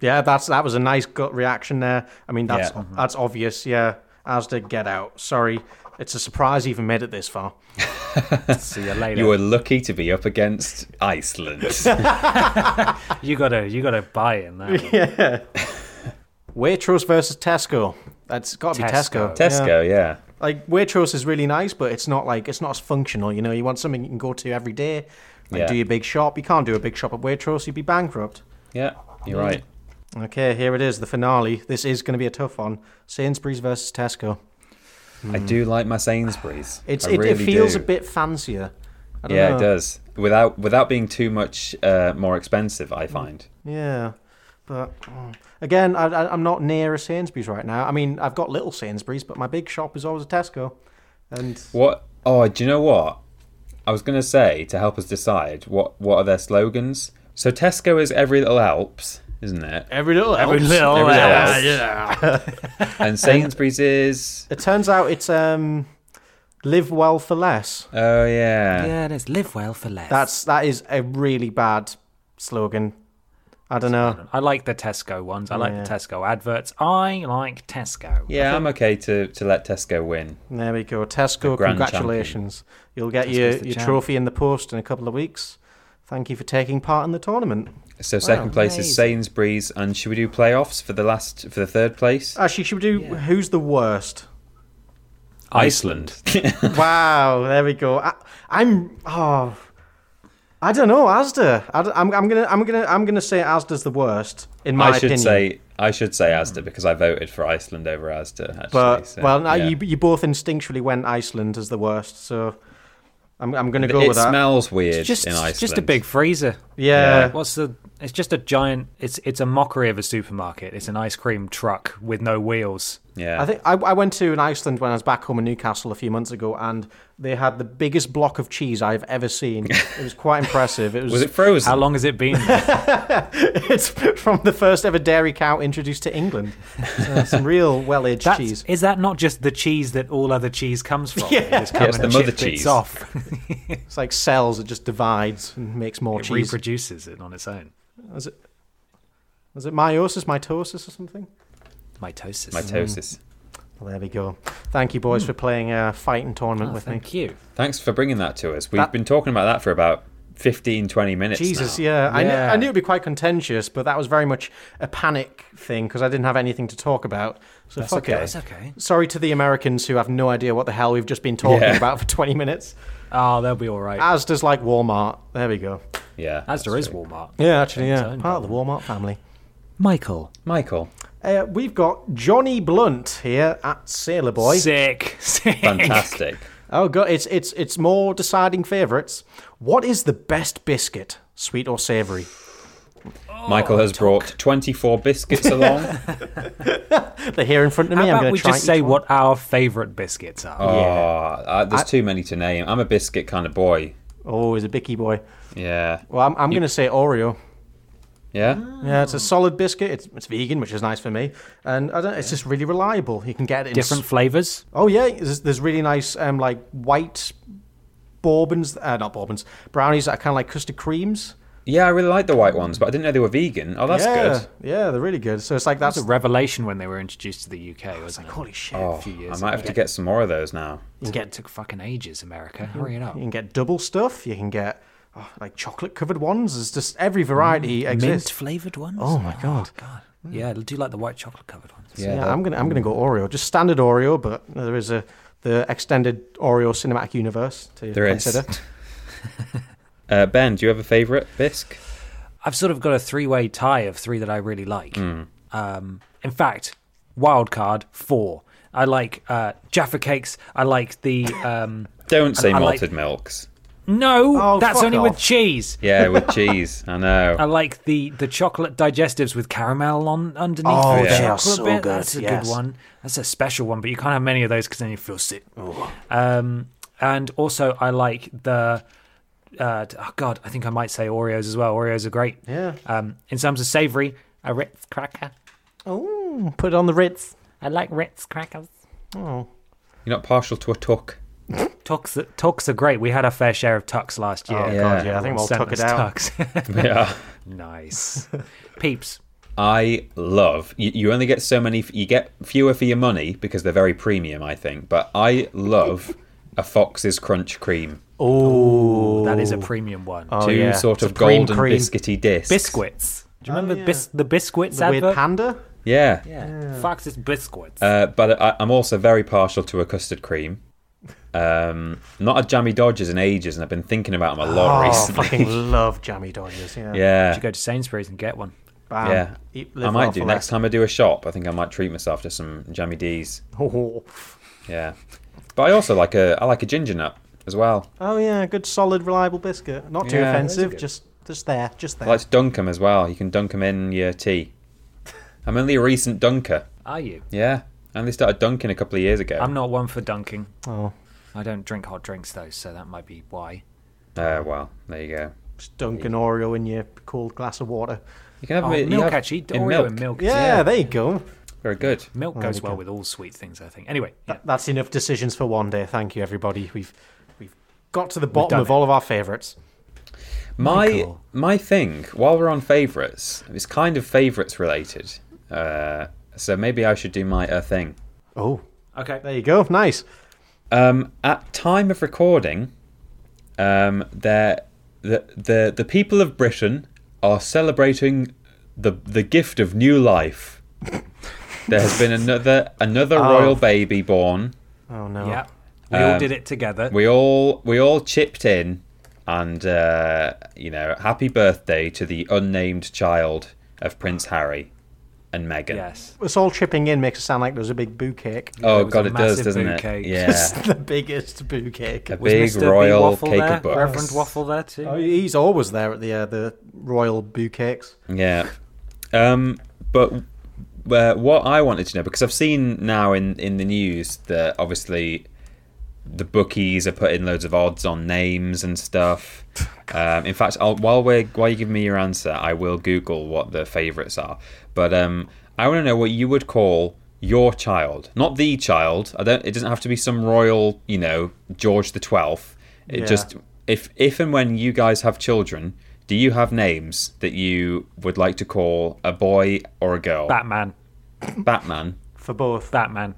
[SPEAKER 1] Yeah, that's that was a nice gut reaction there. I mean, that's
[SPEAKER 2] Yeah.
[SPEAKER 3] Mm-hmm.
[SPEAKER 1] that's obvious. Yeah, Asda, get out. Sorry, it's a surprise you even made it this far.
[SPEAKER 3] see you later.
[SPEAKER 2] You
[SPEAKER 3] You,
[SPEAKER 2] were lucky to be up against Iceland.
[SPEAKER 3] gotta, you gotta buy in that. one.
[SPEAKER 1] Waitrose versus Tesco. That's got to be Tesco.
[SPEAKER 3] Tesco.
[SPEAKER 2] Tesco, yeah.
[SPEAKER 1] Like Waitrose is really nice, but it's not like it's not as functional. You know, you want something you can go to every day. Like
[SPEAKER 2] Yeah.
[SPEAKER 1] do your big shop. You can't do a big shop at Waitrose. You'd be bankrupt.
[SPEAKER 2] Yeah, you're right.
[SPEAKER 1] Okay, here it is, the finale. This is going to be a tough one. Sainsbury's versus Tesco.
[SPEAKER 2] I do like my Sainsbury's.
[SPEAKER 1] Mm. It's
[SPEAKER 2] I
[SPEAKER 1] it, it
[SPEAKER 2] really
[SPEAKER 1] feels
[SPEAKER 2] do.
[SPEAKER 1] a bit fancier. I don't
[SPEAKER 2] Yeah,
[SPEAKER 1] know.
[SPEAKER 2] it does. Without without being too much uh, more expensive, I find.
[SPEAKER 1] Yeah, but mm. again, I, I, I'm not near a Sainsbury's right now. I mean, I've got little Sainsbury's, but my big shop is always a Tesco. And
[SPEAKER 2] What? Oh, do you know what? I was gonna say to help us decide what what are their slogans. So Tesco is every little helps, isn't it?
[SPEAKER 1] every little, every
[SPEAKER 3] little
[SPEAKER 2] Every little
[SPEAKER 3] helps.
[SPEAKER 2] helps. And Sainsbury's is.
[SPEAKER 1] It turns out it's um, live well for less.
[SPEAKER 2] Oh yeah.
[SPEAKER 3] Yeah, there's live well for less.
[SPEAKER 1] That's that is a really bad slogan. I don't know.
[SPEAKER 3] I like the Tesco ones. I like the Tesco adverts. I like Tesco.
[SPEAKER 2] Yeah, I'm okay to, to let Tesco win.
[SPEAKER 1] There we go. Tesco,
[SPEAKER 2] grand
[SPEAKER 1] congratulations. You'll get
[SPEAKER 3] Tesco's
[SPEAKER 1] your,
[SPEAKER 3] the
[SPEAKER 1] your
[SPEAKER 3] jam.
[SPEAKER 1] trophy in the post in a couple of weeks. Thank you for taking part in the tournament.
[SPEAKER 2] So second place
[SPEAKER 3] Amazing.
[SPEAKER 2] is Sainsbury's, and should we do playoffs for the last for the third place?
[SPEAKER 1] Actually, should we do who's the worst?
[SPEAKER 2] Iceland.
[SPEAKER 1] Wow, there we go. I, I'm oh, I don't know Asda. I, am I'm gonna I'm gonna I'm gonna say Asda's the worst in my
[SPEAKER 2] I should
[SPEAKER 1] opinion.
[SPEAKER 2] say I should say Asda because I voted for Iceland over Asda. Actually,
[SPEAKER 1] but
[SPEAKER 2] so,
[SPEAKER 1] well, no,
[SPEAKER 2] yeah.
[SPEAKER 1] you you both instinctually went Iceland as the worst, so I'm I'm gonna go
[SPEAKER 2] it
[SPEAKER 1] with that.
[SPEAKER 2] smells weird
[SPEAKER 3] just
[SPEAKER 2] in Iceland.
[SPEAKER 3] just a big freezer.
[SPEAKER 1] yeah,
[SPEAKER 3] What's the? It's just a giant. It's it's a mockery of a supermarket. It's an ice cream truck with no wheels.
[SPEAKER 2] yeah.
[SPEAKER 1] I think I, I went to an Iceland when I was back home in Newcastle a few months ago, and they had the biggest block of cheese I've ever seen. it was quite impressive. It was,
[SPEAKER 2] was it frozen?
[SPEAKER 3] How long has it been? there?
[SPEAKER 1] it's from the first ever dairy cow introduced to England. So some real well-aged
[SPEAKER 3] That's-
[SPEAKER 1] cheese.
[SPEAKER 3] Is that not just the cheese that all other cheese comes from? Yeah, just
[SPEAKER 2] it's
[SPEAKER 3] and
[SPEAKER 2] the mother
[SPEAKER 3] chip bits
[SPEAKER 2] cheese.
[SPEAKER 3] off.
[SPEAKER 1] It's like cells. It just divides and makes more
[SPEAKER 3] it
[SPEAKER 1] cheese.
[SPEAKER 3] reproduces it on its own.
[SPEAKER 1] Is it? Is it meiosis, mitosis, or something?
[SPEAKER 3] Mitosis.
[SPEAKER 2] Mitosis.
[SPEAKER 1] Well, there we go. Thank you, boys, for playing a fighting tournament
[SPEAKER 3] Hmm. Oh,
[SPEAKER 1] with me.
[SPEAKER 3] thank you.
[SPEAKER 2] Thanks for bringing that to us. We've
[SPEAKER 1] That-
[SPEAKER 2] been talking about that for about 15, 20 minutes.
[SPEAKER 1] Jesus,
[SPEAKER 2] now.
[SPEAKER 1] yeah. I, knew,
[SPEAKER 3] Yeah.
[SPEAKER 1] I knew it'd be quite contentious, but that was very much a panic thing because I didn't have anything to talk about. So fuck
[SPEAKER 2] okay.
[SPEAKER 1] it.
[SPEAKER 2] That's
[SPEAKER 3] okay.
[SPEAKER 1] Sorry to the Americans who have no idea what the hell we've just been talking
[SPEAKER 2] Yeah.
[SPEAKER 1] about for 20 minutes.
[SPEAKER 3] Oh, they'll be all right.
[SPEAKER 1] As does like Walmart. There we go.
[SPEAKER 2] Yeah.
[SPEAKER 3] As there
[SPEAKER 2] that's
[SPEAKER 3] is
[SPEAKER 2] true.
[SPEAKER 3] Walmart.
[SPEAKER 1] Yeah, actually, yeah.
[SPEAKER 3] Entertainment.
[SPEAKER 1] Part of the Walmart family.
[SPEAKER 3] Michael.
[SPEAKER 2] Michael.
[SPEAKER 1] Uh, we've got Johnny Blunt here at Sailor Boy.
[SPEAKER 3] Sick. Sick.
[SPEAKER 2] Fantastic.
[SPEAKER 1] Oh god, it's it's it's more deciding favourites. What is the best biscuit, sweet or savoury?
[SPEAKER 2] Michael
[SPEAKER 1] Oh,
[SPEAKER 2] has brought 24 biscuits along.
[SPEAKER 1] They're here in front of me. I'm
[SPEAKER 3] How about
[SPEAKER 1] going
[SPEAKER 3] we
[SPEAKER 1] to try.
[SPEAKER 3] just
[SPEAKER 1] and
[SPEAKER 3] say
[SPEAKER 1] eat one.
[SPEAKER 3] what our favourite biscuits are?
[SPEAKER 2] Oh, uh, there's too many to name. I'm a biscuit kind of boy.
[SPEAKER 1] Oh, he's a bicky boy.
[SPEAKER 2] Yeah.
[SPEAKER 1] Well, I'm, I'm going to say Oreo.
[SPEAKER 3] Ah.
[SPEAKER 2] Yeah.
[SPEAKER 1] Yeah, it's a solid biscuit. It's, it's vegan, which is nice for me, and I don't. It's just really reliable. You can get it in
[SPEAKER 3] Different
[SPEAKER 1] s-
[SPEAKER 3] flavours.
[SPEAKER 1] oh yeah, there's, there's really nice um like white bourbons, uh, not bourbons, brownies that are kind of like custard creams.
[SPEAKER 2] Yeah, I really like the white ones, but I didn't know they were vegan. Oh, that's
[SPEAKER 1] yeah,
[SPEAKER 2] good.
[SPEAKER 1] yeah, they're really good. So it's like
[SPEAKER 3] That's
[SPEAKER 1] that's
[SPEAKER 3] a revelation when they were introduced to the UK, wasn't it?
[SPEAKER 1] holy shit.
[SPEAKER 2] Oh,
[SPEAKER 3] few years
[SPEAKER 2] I might have to get some more of those now.
[SPEAKER 3] It took fucking ages, America. Hurry it up.
[SPEAKER 1] You can get double stuff. You can get oh, like chocolate covered ones. There's just
[SPEAKER 2] Mm,
[SPEAKER 1] every variety exists.
[SPEAKER 3] Mint flavoured ones?
[SPEAKER 1] Oh my God.
[SPEAKER 3] God. Yeah, I do like the white chocolate covered ones.
[SPEAKER 1] yeah,
[SPEAKER 2] they're-
[SPEAKER 1] I'm gonna I'm gonna go Oreo. Just standard Oreo, but there is a the extended Oreo cinematic universe to
[SPEAKER 2] There is.
[SPEAKER 1] consider.
[SPEAKER 2] Uh, ben, do you have a favourite bisque?
[SPEAKER 3] I've sort of got a three way tie of three that I really like.
[SPEAKER 1] Hmm.
[SPEAKER 3] Um, in fact, wild card four. I like uh, Jaffa cakes. I like the. Um,
[SPEAKER 2] Don't say
[SPEAKER 3] I like-
[SPEAKER 2] malted milks.
[SPEAKER 3] no,
[SPEAKER 1] Oh,
[SPEAKER 3] that's
[SPEAKER 1] fuck
[SPEAKER 3] only
[SPEAKER 1] off.
[SPEAKER 3] with cheese.
[SPEAKER 2] Yeah, with cheese. I know.
[SPEAKER 3] I like the, the chocolate digestives with caramel on underneath.
[SPEAKER 1] Oh,
[SPEAKER 3] the
[SPEAKER 1] they
[SPEAKER 3] chocolate
[SPEAKER 1] are so
[SPEAKER 3] bit.
[SPEAKER 1] good,
[SPEAKER 3] That's a
[SPEAKER 1] yes.
[SPEAKER 3] good one. That's a special one, but you can't have many of those because then you feel sick. Um, and also, I like the. Uh, oh God, I think I might say Oreos as well. Oreos are great.
[SPEAKER 1] Yeah.
[SPEAKER 3] Um, in terms of savory, a Ritz cracker.
[SPEAKER 1] Oh, put it on the Ritz.
[SPEAKER 3] I like Ritz crackers.
[SPEAKER 1] Oh,
[SPEAKER 2] You're not partial to a tuck.
[SPEAKER 3] Tucks, tucks are great. We had our fair share of tucks last year.
[SPEAKER 1] Oh,
[SPEAKER 2] Yeah.
[SPEAKER 1] God, yeah. I think we'll
[SPEAKER 3] Sent
[SPEAKER 1] tuck it
[SPEAKER 3] us
[SPEAKER 1] out.
[SPEAKER 3] tucks.
[SPEAKER 2] Yeah.
[SPEAKER 3] nice. Peeps.
[SPEAKER 2] I love you, you only get so many you get fewer for your money because they're very premium I think but I love a Fox's crunch cream
[SPEAKER 1] Oh,
[SPEAKER 3] That is a premium one.
[SPEAKER 1] Oh,
[SPEAKER 2] two
[SPEAKER 1] yeah.
[SPEAKER 2] sort of
[SPEAKER 1] Supreme
[SPEAKER 2] golden
[SPEAKER 1] cream.
[SPEAKER 2] biscuity discs
[SPEAKER 3] biscuits. Do you remember
[SPEAKER 1] Oh, yeah.
[SPEAKER 3] bis- the biscuits
[SPEAKER 1] The weird
[SPEAKER 3] advert?
[SPEAKER 1] panda.
[SPEAKER 2] yeah,
[SPEAKER 3] yeah. Fox is biscuits.
[SPEAKER 2] Uh, but I, I'm also very partial to a custard cream um, not a jammy Dodgers in ages and I've been thinking about them a lot
[SPEAKER 1] Oh,
[SPEAKER 2] recently
[SPEAKER 1] fucking love jammy dodgers. Yeah,
[SPEAKER 2] yeah
[SPEAKER 3] you go to Sainsbury's and get one.
[SPEAKER 1] Bam.
[SPEAKER 2] yeah
[SPEAKER 1] um, Eat- live
[SPEAKER 2] I might
[SPEAKER 1] off
[SPEAKER 2] do
[SPEAKER 1] of
[SPEAKER 2] next
[SPEAKER 1] that.
[SPEAKER 2] time I do a shop I think I might treat myself to some jammy D's
[SPEAKER 1] Oh,
[SPEAKER 2] yeah but I also like a I like a ginger nut as well
[SPEAKER 1] oh yeah, good solid reliable biscuit. Not too
[SPEAKER 2] Yeah.
[SPEAKER 1] offensive. Just just there, just there.
[SPEAKER 2] I like to dunk 'em as well. You can dunk 'em in your tea. I'm only a recent dunker.
[SPEAKER 3] Are you?
[SPEAKER 2] Yeah. I only started dunking a couple of years ago.
[SPEAKER 3] I'm not one for dunking.
[SPEAKER 1] oh,
[SPEAKER 3] I don't drink hot drinks though, so that might be why.
[SPEAKER 2] Uh, well, there you go.
[SPEAKER 1] just dunk an Oreo in your cold glass of water.
[SPEAKER 2] You can have
[SPEAKER 3] Oh,
[SPEAKER 2] 'em in- you
[SPEAKER 3] milk
[SPEAKER 2] have
[SPEAKER 3] actually.
[SPEAKER 2] in
[SPEAKER 3] Oreo
[SPEAKER 2] milk. Oh,
[SPEAKER 3] and milk.
[SPEAKER 1] Yeah, there you go.
[SPEAKER 2] Very good.
[SPEAKER 3] Milk
[SPEAKER 1] There
[SPEAKER 3] goes
[SPEAKER 1] we
[SPEAKER 3] well
[SPEAKER 1] go.
[SPEAKER 3] with all sweet things, I think. Anyway, yeah.
[SPEAKER 1] That, that's enough decisions for one day. Thank you, everybody. We've we've got to the bottom
[SPEAKER 3] done
[SPEAKER 1] of
[SPEAKER 3] it.
[SPEAKER 1] all of our favourites.
[SPEAKER 2] My
[SPEAKER 3] Michael.
[SPEAKER 2] my thing. While we're on favourites, it's kind of favourites related. Uh, so maybe I should do my uh, thing.
[SPEAKER 1] Oh,
[SPEAKER 3] Uh, okay.
[SPEAKER 1] there you go. Nice.
[SPEAKER 2] Um, at time of recording, um, there the the the people of Britain are celebrating the the gift of new life. there has been another another
[SPEAKER 3] Ah.
[SPEAKER 2] royal baby born.
[SPEAKER 1] Oh no.
[SPEAKER 3] Yeah, we all did it together.
[SPEAKER 2] Um, We all we all chipped in, and uh, you know, happy birthday to the unnamed child of Prince Harry and Meghan.
[SPEAKER 3] yes,
[SPEAKER 1] Us all chipping in makes it sound like there was a big boo cake.
[SPEAKER 2] Oh
[SPEAKER 3] It was
[SPEAKER 2] god,
[SPEAKER 3] a
[SPEAKER 2] it does,
[SPEAKER 3] massive
[SPEAKER 2] doesn't
[SPEAKER 3] boo
[SPEAKER 2] it?
[SPEAKER 3] cake.
[SPEAKER 2] Yeah.
[SPEAKER 1] It's the biggest boo cake.
[SPEAKER 2] A
[SPEAKER 3] Was
[SPEAKER 2] big
[SPEAKER 3] Mr. B.
[SPEAKER 2] royal
[SPEAKER 3] Waffle
[SPEAKER 2] cake
[SPEAKER 3] there?
[SPEAKER 2] of butter.
[SPEAKER 3] Reverend Waffle there too.
[SPEAKER 1] Oh, he's always there at the uh, the royal boo cakes.
[SPEAKER 2] Yeah. Um, but uh, what I wanted to know, because I've seen now in, in the news that obviously the bookies are putting loads of odds on names and stuff. Um, in fact, I'll, while we're while you give me your answer, I will Google what the favourites are. But um, I want to know what you would call your child, not the child. I don't. It doesn't have to be some royal, you know, George the Twelfth. It
[SPEAKER 1] Yeah.
[SPEAKER 2] just if if and when you guys have children, do you have names that you would like to call a boy or a girl?
[SPEAKER 3] Batman,
[SPEAKER 2] Batman.
[SPEAKER 1] For both.
[SPEAKER 3] Batman.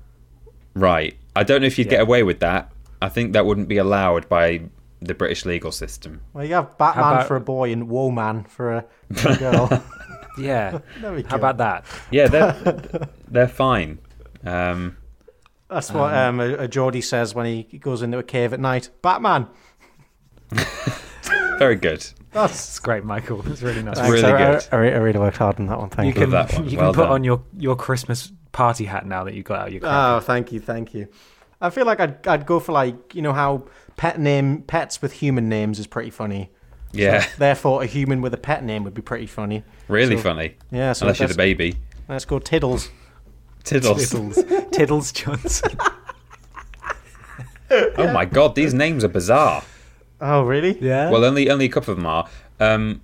[SPEAKER 2] Right. I don't know if you'd get away with that. I think that wouldn't be allowed by the British legal system.
[SPEAKER 1] Well, you have Batman
[SPEAKER 3] about-
[SPEAKER 1] for a boy and Woman for a, for a girl.
[SPEAKER 3] Yeah.
[SPEAKER 1] There we
[SPEAKER 3] How
[SPEAKER 1] go.
[SPEAKER 3] about that?
[SPEAKER 2] Yeah, they're they're fine. Um,
[SPEAKER 1] That's what um, a, a Geordie says when he goes into a cave at night. Batman.
[SPEAKER 2] very good.
[SPEAKER 1] That's
[SPEAKER 3] It's great, Michael. It's really nice.
[SPEAKER 2] That's really
[SPEAKER 1] I,
[SPEAKER 2] good.
[SPEAKER 1] I, I re- I really worked hard on that one. Thank
[SPEAKER 3] you
[SPEAKER 1] you.
[SPEAKER 3] can
[SPEAKER 2] that one.
[SPEAKER 3] you
[SPEAKER 2] Well
[SPEAKER 3] can put
[SPEAKER 2] done. Ah,
[SPEAKER 3] on your, your Christmas party hat now that you got out of your car.
[SPEAKER 1] Oh, thank you, thank you. I feel like I'd I'd go for like you know how pet name pets with human names is pretty funny.
[SPEAKER 2] Yeah,
[SPEAKER 1] Therefore, a human with a pet name would be pretty funny.
[SPEAKER 2] really
[SPEAKER 1] So-
[SPEAKER 2] funny.
[SPEAKER 1] Yeah, so
[SPEAKER 2] Unless you're the
[SPEAKER 1] that's-
[SPEAKER 2] baby.
[SPEAKER 1] Let's go Tiddles.
[SPEAKER 2] Tiddles.
[SPEAKER 3] Tiddles, Tiddles Johnson.
[SPEAKER 2] Oh my god, these names are bizarre.
[SPEAKER 1] Oh, really?
[SPEAKER 3] Yeah.
[SPEAKER 2] Well, only only a couple of them are. Um,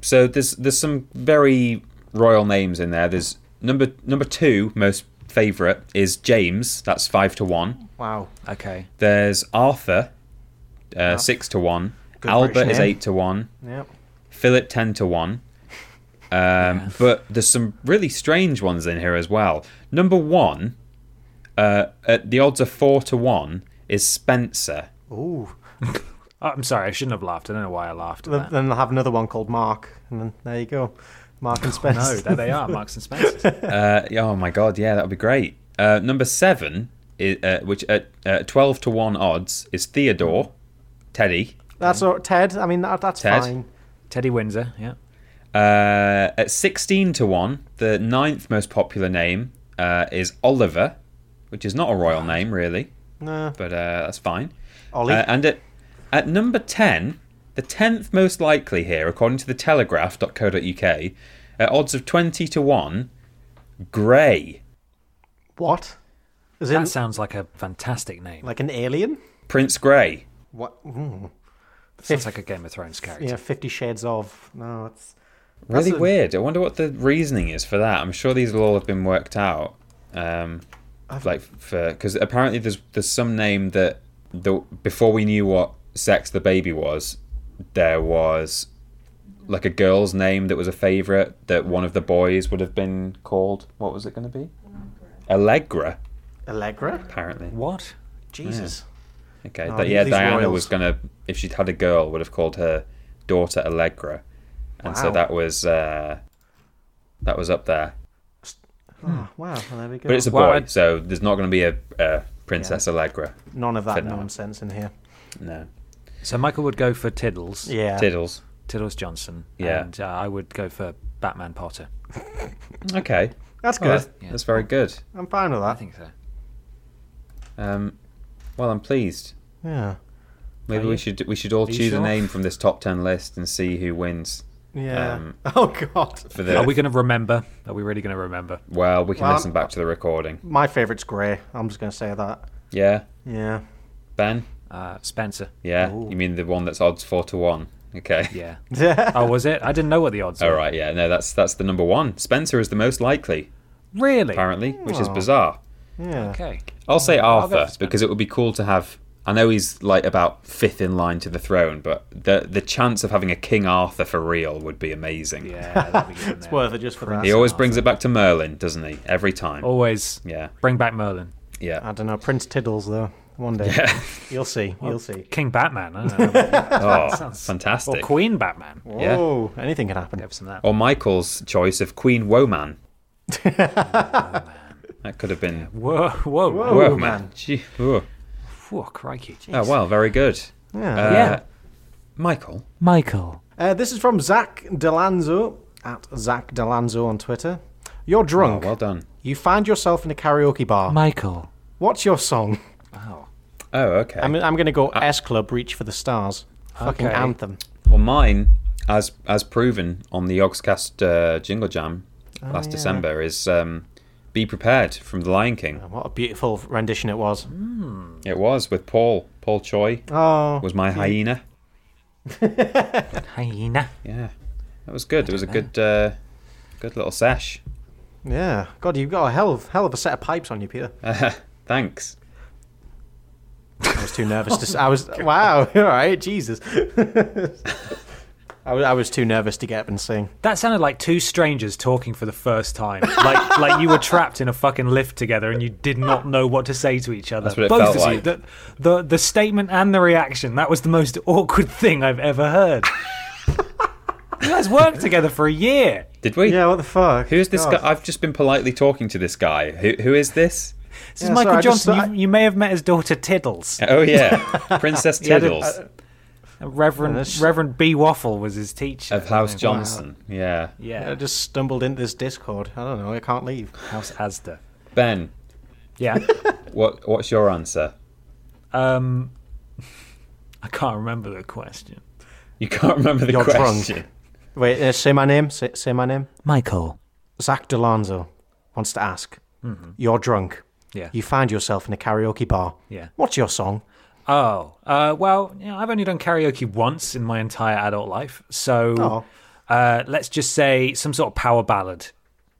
[SPEAKER 2] so there's there's some very royal names in there. There's number number two most favourite is James. That's five to one.
[SPEAKER 1] Wow.
[SPEAKER 3] okay.
[SPEAKER 2] There's Arthur, uh, six to one.
[SPEAKER 1] Ah. Good
[SPEAKER 2] Albert
[SPEAKER 1] British
[SPEAKER 2] is
[SPEAKER 1] name.
[SPEAKER 2] eight to one.
[SPEAKER 1] Yeah.
[SPEAKER 2] Philip ten to one. Um, But there's some really strange ones in here as well. Number one, uh, at the odds of four to one, is Spencer.
[SPEAKER 1] Ooh.
[SPEAKER 3] Oh, I'm sorry. I shouldn't have laughed. I don't know why I laughed. At
[SPEAKER 1] Then
[SPEAKER 3] that.
[SPEAKER 1] then they'll have another one called Mark, and then there you go, Mark and Spence.
[SPEAKER 3] Oh, No, there they are, Marks and Spencer.
[SPEAKER 2] Uh, yeah, oh my god, yeah, that would be great. Uh, number seven, i uh, which at uh, twelve to one odds is Theodore, Teddy.
[SPEAKER 1] that's all, Ted. I mean, that, that's
[SPEAKER 2] Ted.
[SPEAKER 1] fine.
[SPEAKER 3] Teddy Windsor. Yeah.
[SPEAKER 2] Uh, at sixteen to one, the ninth most popular name uh, is Oliver, which is not a royal name really,
[SPEAKER 1] No,
[SPEAKER 2] but uh, that's fine.
[SPEAKER 1] Ollie.
[SPEAKER 2] Uh, and at at number ten, the tenth most likely here, according to the Telegraph.co.uk, at uh, odds of twenty to one, Grey,
[SPEAKER 1] what? Is
[SPEAKER 3] That
[SPEAKER 1] it
[SPEAKER 3] sounds like a fantastic name.
[SPEAKER 1] like an alien?
[SPEAKER 2] Prince Grey.
[SPEAKER 1] What? Mm.
[SPEAKER 3] sounds like a Game of Thrones character.
[SPEAKER 1] Yeah, Fifty Shades of. No, it's
[SPEAKER 2] Really
[SPEAKER 1] That's a-
[SPEAKER 2] weird. I wonder what the reasoning is for that. I'm sure these will all have been worked out. Um, like for because apparently there's there's some name that the before we knew what sex the baby was, there was like a girl's name that was a favorite that one of the boys would have been called. What was it going to be? Allegra,
[SPEAKER 1] Allegra.
[SPEAKER 2] apparently.
[SPEAKER 3] What?
[SPEAKER 1] Jesus.
[SPEAKER 2] Okay,
[SPEAKER 1] Oh,
[SPEAKER 2] that, yeah,
[SPEAKER 1] these
[SPEAKER 2] Diana
[SPEAKER 1] royals.
[SPEAKER 2] was gonna if she'd had a girl would have called her daughter Allegra, and so
[SPEAKER 1] Wow.
[SPEAKER 2] that was uh, that was up there.
[SPEAKER 3] Hmm.
[SPEAKER 1] Oh, wow. Well, there we go.
[SPEAKER 2] But it's a boy,
[SPEAKER 3] Well, I-
[SPEAKER 2] so there's not going to be a, a Princess Allegra.
[SPEAKER 1] None of that
[SPEAKER 2] Fed up.
[SPEAKER 1] nonsense in here.
[SPEAKER 2] No.
[SPEAKER 3] So Michael would go for Tiddles.
[SPEAKER 1] Yeah.
[SPEAKER 2] Tiddles.
[SPEAKER 3] Tiddles Johnson.
[SPEAKER 2] Yeah.
[SPEAKER 3] And uh, I would go for Batman Potter.
[SPEAKER 2] Okay.
[SPEAKER 1] That's
[SPEAKER 2] Well,
[SPEAKER 1] good.
[SPEAKER 2] that's, that's very good.
[SPEAKER 1] I'm fine with
[SPEAKER 3] I
[SPEAKER 1] that.
[SPEAKER 3] think so.
[SPEAKER 2] Um, well, I'm pleased.
[SPEAKER 1] Yeah.
[SPEAKER 2] Maybe we should we should all
[SPEAKER 3] you
[SPEAKER 2] choose a
[SPEAKER 3] sure?
[SPEAKER 2] name from this top ten list and see who wins
[SPEAKER 1] Yeah.
[SPEAKER 2] Um,
[SPEAKER 1] oh God.
[SPEAKER 2] for the.
[SPEAKER 3] Are we going to remember? Are we really going to remember?
[SPEAKER 2] well, we can
[SPEAKER 1] Well,
[SPEAKER 2] listen back to the recording.
[SPEAKER 1] My favorite's Grey. I'm just gonna say that.
[SPEAKER 2] Yeah,
[SPEAKER 1] Yeah.
[SPEAKER 2] Ben.
[SPEAKER 3] Uh, Spencer.
[SPEAKER 2] Yeah, you mean the one that's odds four to one? Okay.
[SPEAKER 3] Yeah.
[SPEAKER 1] Yeah.
[SPEAKER 3] Oh, was it? I didn't know what the odds
[SPEAKER 2] All
[SPEAKER 3] were.
[SPEAKER 2] right. Yeah. No, that's that's the number one. Spencer is the most likely,
[SPEAKER 3] Really?
[SPEAKER 2] apparently, which is bizarre.
[SPEAKER 1] yeah.
[SPEAKER 3] Okay.
[SPEAKER 2] I'll say
[SPEAKER 3] go
[SPEAKER 2] Arthur
[SPEAKER 3] for Spencer.
[SPEAKER 2] because it would be cool to have. I know he's like about fifth in line to the throne, but the the chance of having a King Arthur for real would be amazing.
[SPEAKER 3] Yeah. that'd be good, wouldn't it?
[SPEAKER 1] Worth it just for that.
[SPEAKER 2] He always brings it back to Merlin, doesn't he? Every time.
[SPEAKER 3] Oh. Always
[SPEAKER 2] Yeah,
[SPEAKER 3] bring back Merlin.
[SPEAKER 2] yeah.
[SPEAKER 1] I don't know. Prince Tiddles though. One day. You'll see. You'll see.
[SPEAKER 3] King Batman. I don't know.
[SPEAKER 2] Oh,
[SPEAKER 3] or
[SPEAKER 2] fantastic.
[SPEAKER 3] Queen Batman.
[SPEAKER 2] yeah.
[SPEAKER 1] Whoa. Anything can happen.
[SPEAKER 3] Have some of that.
[SPEAKER 2] Or Michael's choice of Queen Woman. that could have been
[SPEAKER 3] Whoa, whoa, whoa.
[SPEAKER 1] Oh,
[SPEAKER 2] Woman. Gee, whoa.
[SPEAKER 3] Whoa, crikey.
[SPEAKER 2] Oh wow, very good.
[SPEAKER 1] Yeah.
[SPEAKER 2] Uh,
[SPEAKER 3] Yeah.
[SPEAKER 2] Michael.
[SPEAKER 4] Michael.
[SPEAKER 1] Uh, this is from Zach Delanzo at Zach Delanzo on Twitter. You're drunk.
[SPEAKER 2] Oh, Well done.
[SPEAKER 1] You find yourself in a karaoke bar.
[SPEAKER 4] Michael.
[SPEAKER 1] What's your song? Uh,
[SPEAKER 3] Wow.
[SPEAKER 2] Oh, okay.
[SPEAKER 1] I mean, I'm going to go S Club Reach for the Stars. Fucking
[SPEAKER 3] Okay.
[SPEAKER 1] anthem.
[SPEAKER 2] Well, mine, as as proven on the Yogscast uh, Jingle Jam
[SPEAKER 1] Oh,
[SPEAKER 2] last December, is um, "Be Prepared" from The Lion King.
[SPEAKER 1] What a beautiful rendition it was.
[SPEAKER 2] It was with Paul. Paul Choi
[SPEAKER 1] Oh,
[SPEAKER 2] was my hyena.
[SPEAKER 3] Hyena.
[SPEAKER 2] Yeah, that was good. It was a good uh, good little sesh.
[SPEAKER 1] yeah. God, you've got a hell of, hell of a set of pipes on you, Peter.
[SPEAKER 2] Thanks.
[SPEAKER 1] I was too nervous to. s- I was. Wow. All right. Jesus. I was, I was too nervous to get up and sing.
[SPEAKER 3] That sounded like two strangers talking for the first time. Like like you were trapped in a fucking lift together and you did not know what to say to each other.
[SPEAKER 2] That's what it
[SPEAKER 3] Both
[SPEAKER 2] felt
[SPEAKER 3] of you.
[SPEAKER 2] like.
[SPEAKER 3] The, the the statement and the reaction. That was the most awkward thing I've ever heard. you guys worked together for a year.
[SPEAKER 2] Did we?
[SPEAKER 1] Yeah, what the fuck?
[SPEAKER 2] Who's this
[SPEAKER 1] God.
[SPEAKER 2] guy? I've just been politely talking to this guy. Who, who is this?
[SPEAKER 3] This is
[SPEAKER 1] Yeah,
[SPEAKER 3] Michael
[SPEAKER 1] sorry, I just
[SPEAKER 3] Johnson.
[SPEAKER 1] thought-
[SPEAKER 3] you, you may have met his daughter Tiddles.
[SPEAKER 2] Oh yeah, Princess
[SPEAKER 3] had a-
[SPEAKER 2] Tiddles
[SPEAKER 1] uh,
[SPEAKER 3] Reverend
[SPEAKER 1] Yeah, that's-
[SPEAKER 3] Reverend B Waffle was his teacher.
[SPEAKER 2] of
[SPEAKER 1] Oh,
[SPEAKER 2] House Johnson. Yeah,
[SPEAKER 3] yeah,
[SPEAKER 1] I just stumbled into this Discord. I don't know. I can't leave.
[SPEAKER 3] House Asda.
[SPEAKER 2] Ben,
[SPEAKER 3] Yeah.
[SPEAKER 2] what what's your answer?
[SPEAKER 3] Um, I can't remember the question.
[SPEAKER 2] You can't remember the
[SPEAKER 1] You're drunk.
[SPEAKER 2] question.
[SPEAKER 1] Wait, uh, say my name. Say, say my name.
[SPEAKER 3] Michael.
[SPEAKER 1] Zach Delonzo wants to ask. You're drunk.
[SPEAKER 3] Yeah.
[SPEAKER 1] You find yourself in a karaoke bar.
[SPEAKER 3] Yeah.
[SPEAKER 1] What's your song?
[SPEAKER 3] Oh, uh, well, you know, I've only done karaoke once in my entire adult life, so uh, let's just say some sort of power ballad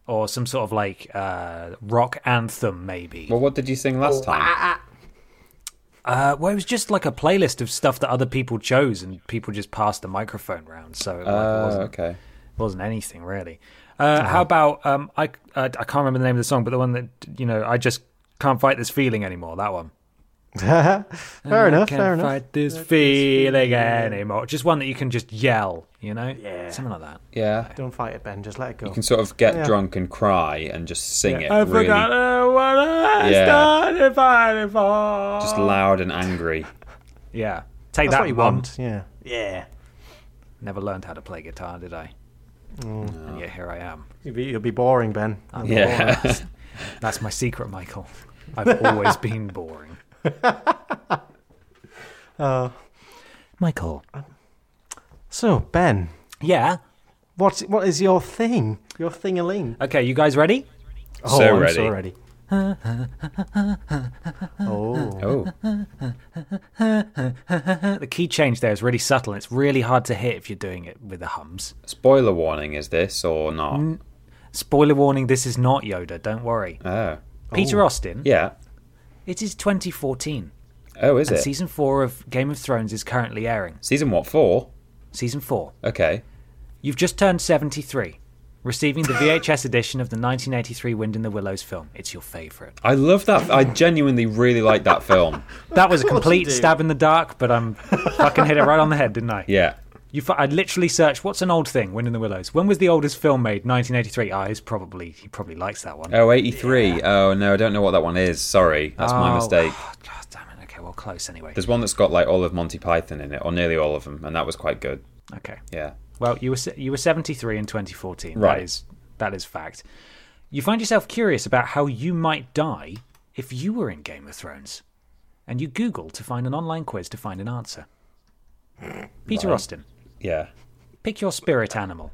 [SPEAKER 3] or some sort of like uh, rock anthem, maybe.
[SPEAKER 2] Well, what did you sing last time?
[SPEAKER 3] Uh, well, it was just like a playlist of stuff that other people chose, and people just passed the microphone round, so it, like, it
[SPEAKER 2] Oh,
[SPEAKER 3] wasn't
[SPEAKER 2] okay.
[SPEAKER 3] wasn't anything really. Uh, How about um, I? Uh, I can't remember the name of the song, but the one that you know, I just can't fight this feeling anymore. That one.
[SPEAKER 1] fair enough.
[SPEAKER 3] Can't
[SPEAKER 1] Fair enough.
[SPEAKER 3] fight this feeling anymore. Just one that you can just yell, you know, yeah, something like that.
[SPEAKER 2] Yeah.
[SPEAKER 1] Don't fight it, Ben. Just let it go.
[SPEAKER 2] You can sort of get drunk and cry and just sing it really
[SPEAKER 3] what I
[SPEAKER 2] Yeah.
[SPEAKER 3] started fighting for.
[SPEAKER 2] just loud and angry.
[SPEAKER 3] yeah, take
[SPEAKER 1] That's
[SPEAKER 3] that.
[SPEAKER 1] what you
[SPEAKER 3] Mum.
[SPEAKER 1] want. Yeah. Yeah.
[SPEAKER 3] Never learned how to play guitar, did I?
[SPEAKER 1] Mm.
[SPEAKER 3] And yet here I am.
[SPEAKER 1] You'll be, you'll be boring, Ben.
[SPEAKER 2] Yeah.
[SPEAKER 3] That's my secret, Michael. I've always been boring. Michael.
[SPEAKER 1] So, Ben,
[SPEAKER 3] Yeah.
[SPEAKER 1] what what is your thing? Your thing a ling.
[SPEAKER 3] Okay, you guys ready?
[SPEAKER 1] Oh,
[SPEAKER 2] So
[SPEAKER 1] I'm
[SPEAKER 2] ready.
[SPEAKER 1] so ready. oh.
[SPEAKER 2] oh.
[SPEAKER 3] The key change there is really subtle. and It's really hard to hit if you're doing it with the hums.
[SPEAKER 2] Spoiler warning is this or not?
[SPEAKER 3] Mm. Spoiler warning: This is not Yoda. Don't worry.
[SPEAKER 2] Oh.
[SPEAKER 3] Peter Austin.
[SPEAKER 2] Yeah.
[SPEAKER 3] It is 2014,
[SPEAKER 2] Oh, is
[SPEAKER 3] and
[SPEAKER 2] it?
[SPEAKER 3] season four of Game of Thrones is currently airing.
[SPEAKER 2] Season what four?
[SPEAKER 3] Season four.
[SPEAKER 2] Okay.
[SPEAKER 3] You've just turned 73, receiving the VHS edition of the 1983 Wind in the Willows film. It's your favorite.
[SPEAKER 2] I love that. I genuinely really like that film.
[SPEAKER 3] That was a complete
[SPEAKER 1] do.
[SPEAKER 3] stab in the dark, but I'm fucking hit it right on the head, didn't I?
[SPEAKER 2] Yeah.
[SPEAKER 3] You, fu- I literally searched what's an old thing. Wind in the Willows. When was the oldest film made? 1983. Ah, he's probably he probably likes that one.
[SPEAKER 2] Oh, 83. Oh, no, I don't know what that one is. Sorry. That's my
[SPEAKER 3] Oh,
[SPEAKER 2] mistake.
[SPEAKER 3] God damn it. Okay, well, close anyway.
[SPEAKER 2] There's one that's got like all of Monty Python in it, or nearly all of them, and that was quite good.
[SPEAKER 3] Okay.
[SPEAKER 2] Yeah.
[SPEAKER 3] Well, you were se- you were 73 in 2014.
[SPEAKER 2] Right.
[SPEAKER 3] That is that is fact. You find yourself curious about how you might die if you were in Game of Thrones, and you Google to find an online quiz to find an answer. Peter Austin,
[SPEAKER 2] Yeah.
[SPEAKER 3] pick your spirit animal: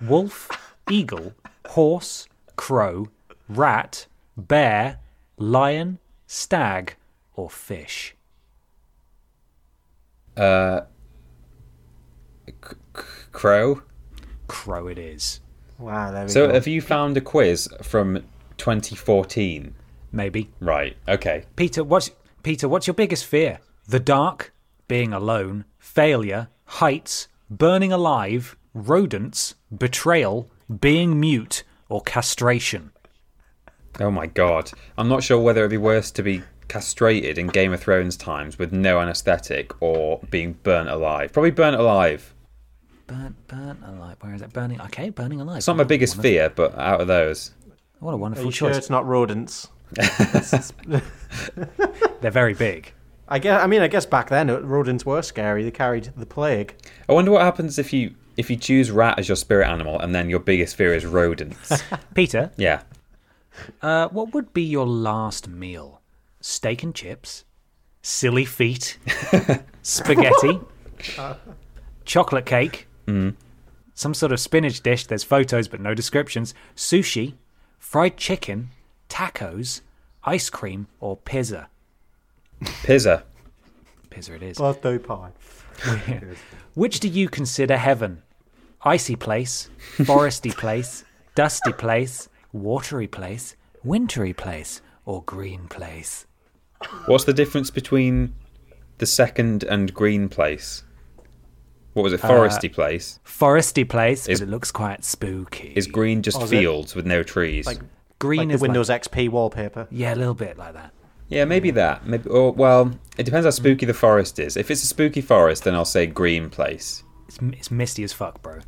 [SPEAKER 3] wolf, eagle, horse, crow, rat, bear, lion, stag, or fish.
[SPEAKER 2] Crow.
[SPEAKER 3] Crow it is.
[SPEAKER 1] Wow, there we
[SPEAKER 2] So
[SPEAKER 1] go.
[SPEAKER 2] have you found a quiz from 2014?
[SPEAKER 3] Maybe.
[SPEAKER 2] Right. Okay.
[SPEAKER 3] Peter, what's Peter, what's your biggest fear? The dark, being alone, failure, heights, burning alive, rodents, betrayal, being mute, or castration?
[SPEAKER 2] Oh my god. I'm not sure whether it'd be worse to be castrated in Game of Thrones times with no anesthetic or being burnt alive. Probably burnt alive.
[SPEAKER 3] Burnt, burnt alive. Where is it? Burning. Okay, burning alive.
[SPEAKER 2] It's not my biggest fear, but out of those,
[SPEAKER 3] What a
[SPEAKER 1] Are
[SPEAKER 3] wonderful
[SPEAKER 1] you sure
[SPEAKER 3] choice.
[SPEAKER 1] it's not rodents?
[SPEAKER 3] They're very big.
[SPEAKER 1] I guess. I mean, I guess back then uh, rodents were scary. They carried the plague.
[SPEAKER 2] I wonder what happens if you if you choose rat as your spirit animal and then your biggest fear is rodents.
[SPEAKER 3] Peter,
[SPEAKER 2] yeah.
[SPEAKER 3] uh, what would be your last meal? Steak and chips, silly feet, spaghetti, chocolate cake, some sort of spinach dish. There's photos but no descriptions. Sushi, fried chicken, tacos, ice cream, or pizza.
[SPEAKER 2] Pizza.
[SPEAKER 3] Pizza it is.
[SPEAKER 1] Birthday pie.
[SPEAKER 3] Which do you consider heaven? Icy place, foresty place, dusty place, watery place, wintry place, or green place?
[SPEAKER 2] What's the difference between the second and green place? what was it? Foresty place
[SPEAKER 3] Foresty place,
[SPEAKER 2] Is-
[SPEAKER 3] but it looks quite spooky.
[SPEAKER 2] is green, just
[SPEAKER 1] Oh, is it?
[SPEAKER 2] fields with no trees.
[SPEAKER 1] Like-
[SPEAKER 3] green
[SPEAKER 1] Like the
[SPEAKER 3] is like-
[SPEAKER 1] Windows XP wallpaper.
[SPEAKER 3] yeah, a little bit like that.
[SPEAKER 2] yeah, maybe that. Maybe or well, it depends how spooky the forest is. If it's a spooky forest, then I'll say green place.
[SPEAKER 3] It's, it's misty as fuck, bro.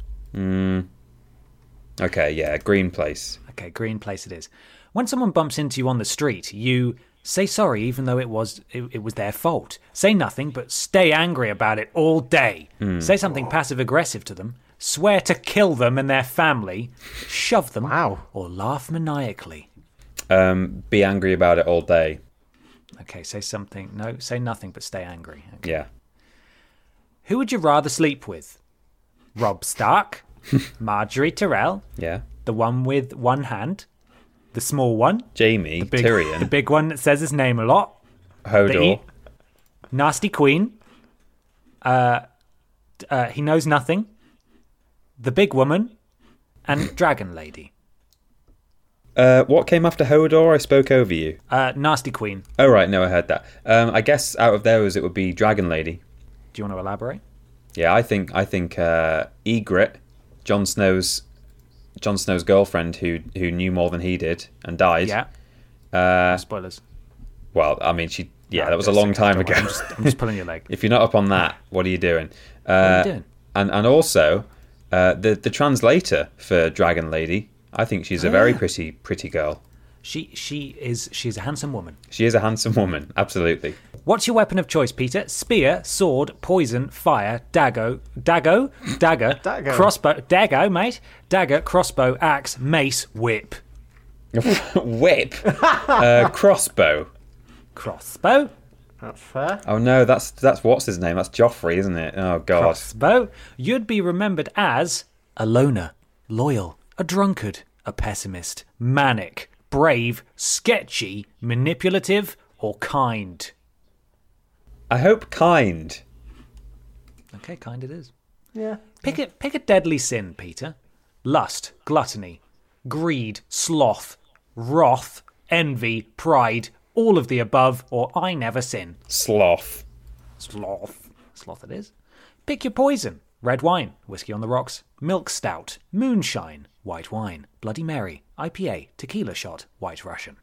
[SPEAKER 2] Okay, yeah, green place.
[SPEAKER 3] Okay, green place it is. When someone bumps into you on the street, you say sorry, even though it was it, it was their fault. Say nothing, but stay angry about it all day.
[SPEAKER 1] Hmm.
[SPEAKER 3] Say something passive aggressive to them. Swear to kill them and their family. Shove them.
[SPEAKER 1] Wow.
[SPEAKER 3] Or laugh maniacally.
[SPEAKER 2] Um, be angry about it all day.
[SPEAKER 3] Okay, say something. No, say nothing, but stay angry. Okay.
[SPEAKER 2] Yeah.
[SPEAKER 3] Who would you rather sleep with? Rob Stark, Marjorie Terrell,
[SPEAKER 2] Yeah.
[SPEAKER 3] the one with one hand, the small one,
[SPEAKER 2] Jamie,
[SPEAKER 3] big,
[SPEAKER 2] Tyrion,
[SPEAKER 3] the big one that says his name a lot,
[SPEAKER 2] Hodor.
[SPEAKER 3] the e- nasty queen. Uh, uh, he knows nothing. The big woman, and dragon lady.
[SPEAKER 2] Uh, what came after Hodor? I spoke over you.
[SPEAKER 3] Uh, nasty queen.
[SPEAKER 2] Oh right, no, I heard that. Um, I guess out of those, it would be Dragon Lady.
[SPEAKER 3] Do you want to elaborate?
[SPEAKER 2] Yeah, I think I think uh, Egret, Jon Snow's, Jon Snow's girlfriend who who knew more than he did and died.
[SPEAKER 3] Yeah. Uh, Spoilers.
[SPEAKER 2] Well, I mean, she. Yeah,
[SPEAKER 3] No,
[SPEAKER 2] that was a
[SPEAKER 3] just-
[SPEAKER 2] long time
[SPEAKER 3] don't
[SPEAKER 2] ago.
[SPEAKER 3] worry, I'm just, I'm just pulling your leg.
[SPEAKER 2] if you're not up on that, what are you doing? Uh,
[SPEAKER 3] are you doing?
[SPEAKER 2] And and also, uh, the the translator for Dragon Lady. I think she's a
[SPEAKER 3] Ah.
[SPEAKER 2] very pretty pretty girl.
[SPEAKER 3] She she is she's a handsome woman.
[SPEAKER 2] She is a handsome woman, absolutely.
[SPEAKER 3] What's your weapon of choice, Peter? Spear, sword, poison, fire, dagger, dagger, dagger,
[SPEAKER 1] Dagger.
[SPEAKER 3] crossbow, dagger, mate, dagger, crossbow, axe, mace, whip,
[SPEAKER 2] Whip, uh, crossbow.
[SPEAKER 3] crossbow,
[SPEAKER 1] That's fair.
[SPEAKER 2] Oh no, that's that's what's his name? That's Joffrey, isn't it? Oh god.
[SPEAKER 3] crossbow, you'd be remembered as a loner, loyal, a drunkard, a pessimist, manic, brave, sketchy, manipulative, or kind.
[SPEAKER 2] I hope kind.
[SPEAKER 3] Okay, kind it is.
[SPEAKER 1] Yeah.
[SPEAKER 3] Pick a, pick a deadly sin, Peter. Lust, gluttony, greed, sloth, wrath, envy, pride, all of the above, or I never sin.
[SPEAKER 2] Sloth.
[SPEAKER 3] Sloth. Sloth it is. Pick your poison. Red wine, whiskey on the rocks, milk stout, moonshine, white wine, Bloody Mary, IPA, tequila shot, white Russian.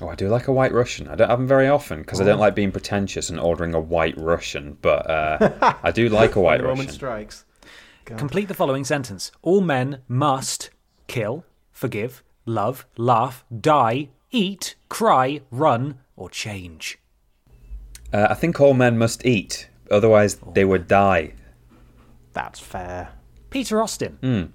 [SPEAKER 2] Oh, I do like a white Russian. I don't have them very often because
[SPEAKER 3] Oh.
[SPEAKER 2] I don't like being pretentious and ordering a white Russian. But uh, I do like a white
[SPEAKER 1] The Roman
[SPEAKER 2] Russian.
[SPEAKER 1] strikes.
[SPEAKER 3] Complete the following sentence. All men must kill, forgive, love, laugh, die, eat, cry, run, or change.
[SPEAKER 2] Uh, I think all men must eat, otherwise they would die.
[SPEAKER 1] That's fair.
[SPEAKER 3] Peter Austin.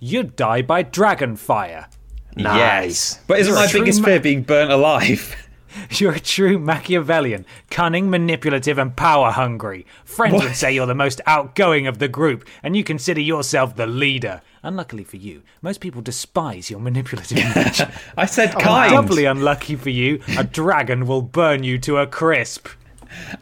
[SPEAKER 3] You'd die by dragon fire.
[SPEAKER 2] Yes, but isn't
[SPEAKER 3] You're a
[SPEAKER 2] my
[SPEAKER 3] true
[SPEAKER 2] biggest
[SPEAKER 3] ma-
[SPEAKER 2] fear being burnt alive?
[SPEAKER 3] You're a true Machiavellian, cunning, manipulative, and power hungry. Friends would say you're the most outgoing of the group, and you consider yourself the leader. Unluckily for you, most people despise your manipulative nature.
[SPEAKER 2] I said kind.
[SPEAKER 3] Oh, Doubly unlucky for you, a dragon will burn you to a crisp.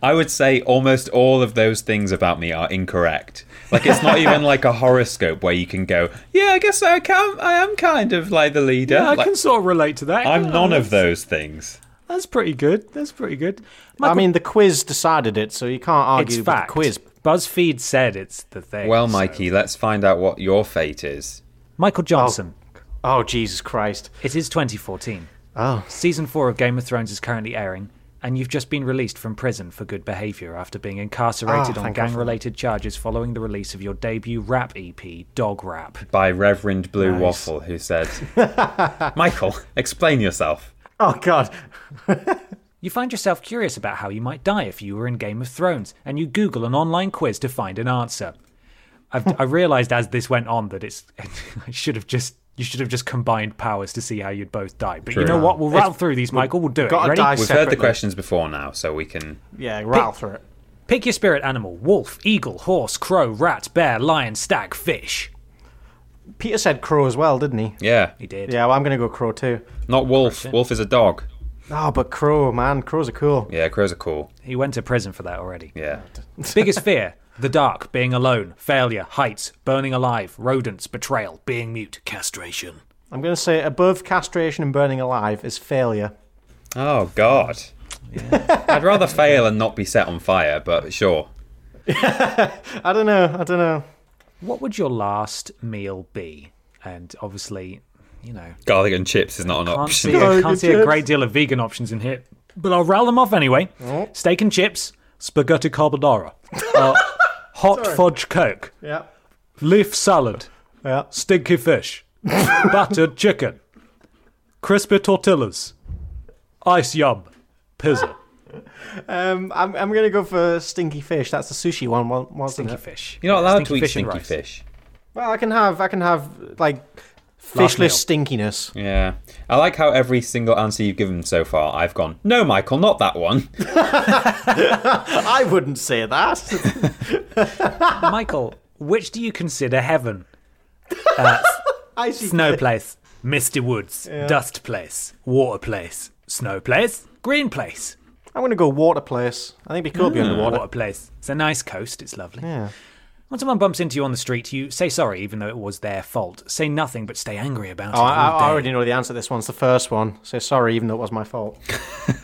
[SPEAKER 2] I would say almost all of those things about me are incorrect. Like it's not even like a horoscope where you can go, yeah, I guess I can. I am kind of like the leader.
[SPEAKER 3] Yeah, Uh, I
[SPEAKER 2] Like,
[SPEAKER 3] can sort of relate to that.
[SPEAKER 2] I'm
[SPEAKER 3] Yeah,
[SPEAKER 2] none
[SPEAKER 3] that's-
[SPEAKER 2] of those things.
[SPEAKER 3] That's pretty good. That's pretty good.
[SPEAKER 1] I mean, the quiz decided it, so you can't argue
[SPEAKER 3] it's
[SPEAKER 1] with
[SPEAKER 3] fact.
[SPEAKER 1] the quiz.
[SPEAKER 3] BuzzFeed said it's the thing.
[SPEAKER 2] Well,
[SPEAKER 3] so-
[SPEAKER 2] Mikey, let's find out what your fate is.
[SPEAKER 3] Michael Johnson.
[SPEAKER 1] Oh Jesus Christ!
[SPEAKER 3] It is 2014.
[SPEAKER 1] Oh.
[SPEAKER 3] Season 4 of Game of Thrones is currently airing, and you've just been released from prison for good behaviour after being incarcerated
[SPEAKER 1] Ah,
[SPEAKER 3] on
[SPEAKER 1] thank God for
[SPEAKER 3] gang related charges following the release of your debut rap EP, Dog Rap.
[SPEAKER 2] By Reverend Blue Waffle, who said, Michael, explain yourself.
[SPEAKER 1] Oh God!
[SPEAKER 3] You find yourself curious about how you might die if you were in Game of Thrones, and you Google an online quiz to find an answer. I've, I realised as this went on that it's I should have just you should have just combined powers to see how you'd both die. But you
[SPEAKER 2] True.
[SPEAKER 3] know what? We'll rattle through these, Michael. We'll do it.
[SPEAKER 1] Gotta
[SPEAKER 3] Ready?
[SPEAKER 1] die
[SPEAKER 2] We've heard
[SPEAKER 1] separately.
[SPEAKER 2] the questions before now, so we can.
[SPEAKER 1] Yeah, rattle through it.
[SPEAKER 3] Pick your spirit animal: wolf, eagle, horse, crow, rat, bear, lion, stag, fish.
[SPEAKER 1] Peter said crow as well, didn't he?
[SPEAKER 2] Yeah.
[SPEAKER 3] He did.
[SPEAKER 1] Yeah, well, I'm gonna go crow too.
[SPEAKER 2] Not Wolf. Wolf is a dog.
[SPEAKER 1] Oh, but crow, man, crows are cool.
[SPEAKER 2] Yeah, crows are cool.
[SPEAKER 3] He went to prison for that already.
[SPEAKER 2] Yeah.
[SPEAKER 3] Biggest fear: the dark, being alone, failure, heights, burning alive, rodents, betrayal, being mute, castration.
[SPEAKER 1] I'm gonna say above castration and burning alive is failure.
[SPEAKER 2] Oh, God. I'd rather fail and not be set on fire, but sure.
[SPEAKER 1] I don't know. I don't know.
[SPEAKER 3] What would your last meal be? And obviously, you know,
[SPEAKER 2] Garlic and chips is not an
[SPEAKER 3] can't
[SPEAKER 2] option.
[SPEAKER 3] see, a,
[SPEAKER 1] Garlic
[SPEAKER 3] can't
[SPEAKER 1] and
[SPEAKER 3] see a
[SPEAKER 1] chips.
[SPEAKER 3] great deal of vegan options in here, but I'll rattle them off anyway. Steak and chips, spaghetti carbonara, uh, hot fudge coke,
[SPEAKER 1] Yeah.
[SPEAKER 3] leaf salad,
[SPEAKER 1] Yeah.
[SPEAKER 3] stinky fish, battered chicken, crispy tortillas, ice yum, pizza,
[SPEAKER 1] Um, I'm, I'm going to go for stinky fish. That's the sushi one, wa- wasn't
[SPEAKER 3] stinky
[SPEAKER 1] it?
[SPEAKER 3] fish.
[SPEAKER 2] You're not
[SPEAKER 3] Yeah,
[SPEAKER 2] allowed to eat
[SPEAKER 3] and
[SPEAKER 2] stinky
[SPEAKER 3] rice.
[SPEAKER 2] fish.
[SPEAKER 1] Well, I can have, I can have like fishless stinkiness.
[SPEAKER 2] Yeah. I like how every single answer you've given so far, I've gone, no, Michael, not that one.
[SPEAKER 1] I wouldn't say that.
[SPEAKER 3] Michael, which do you consider heaven? Uh,
[SPEAKER 1] I see
[SPEAKER 3] Snow place, misty woods, dust place, water place, snow place, green place,
[SPEAKER 1] I'm going to go water place. I think it'd be cool being in the
[SPEAKER 3] water.
[SPEAKER 1] water.
[SPEAKER 3] place. It's a nice coast. It's lovely.
[SPEAKER 1] Yeah.
[SPEAKER 3] When someone bumps into you on the street, you say sorry, even though it was their fault. Say nothing, but stay angry about it.
[SPEAKER 1] Oh, I,
[SPEAKER 3] all day.
[SPEAKER 1] I already know the answer to this one's the first one. So sorry, even though it was my fault.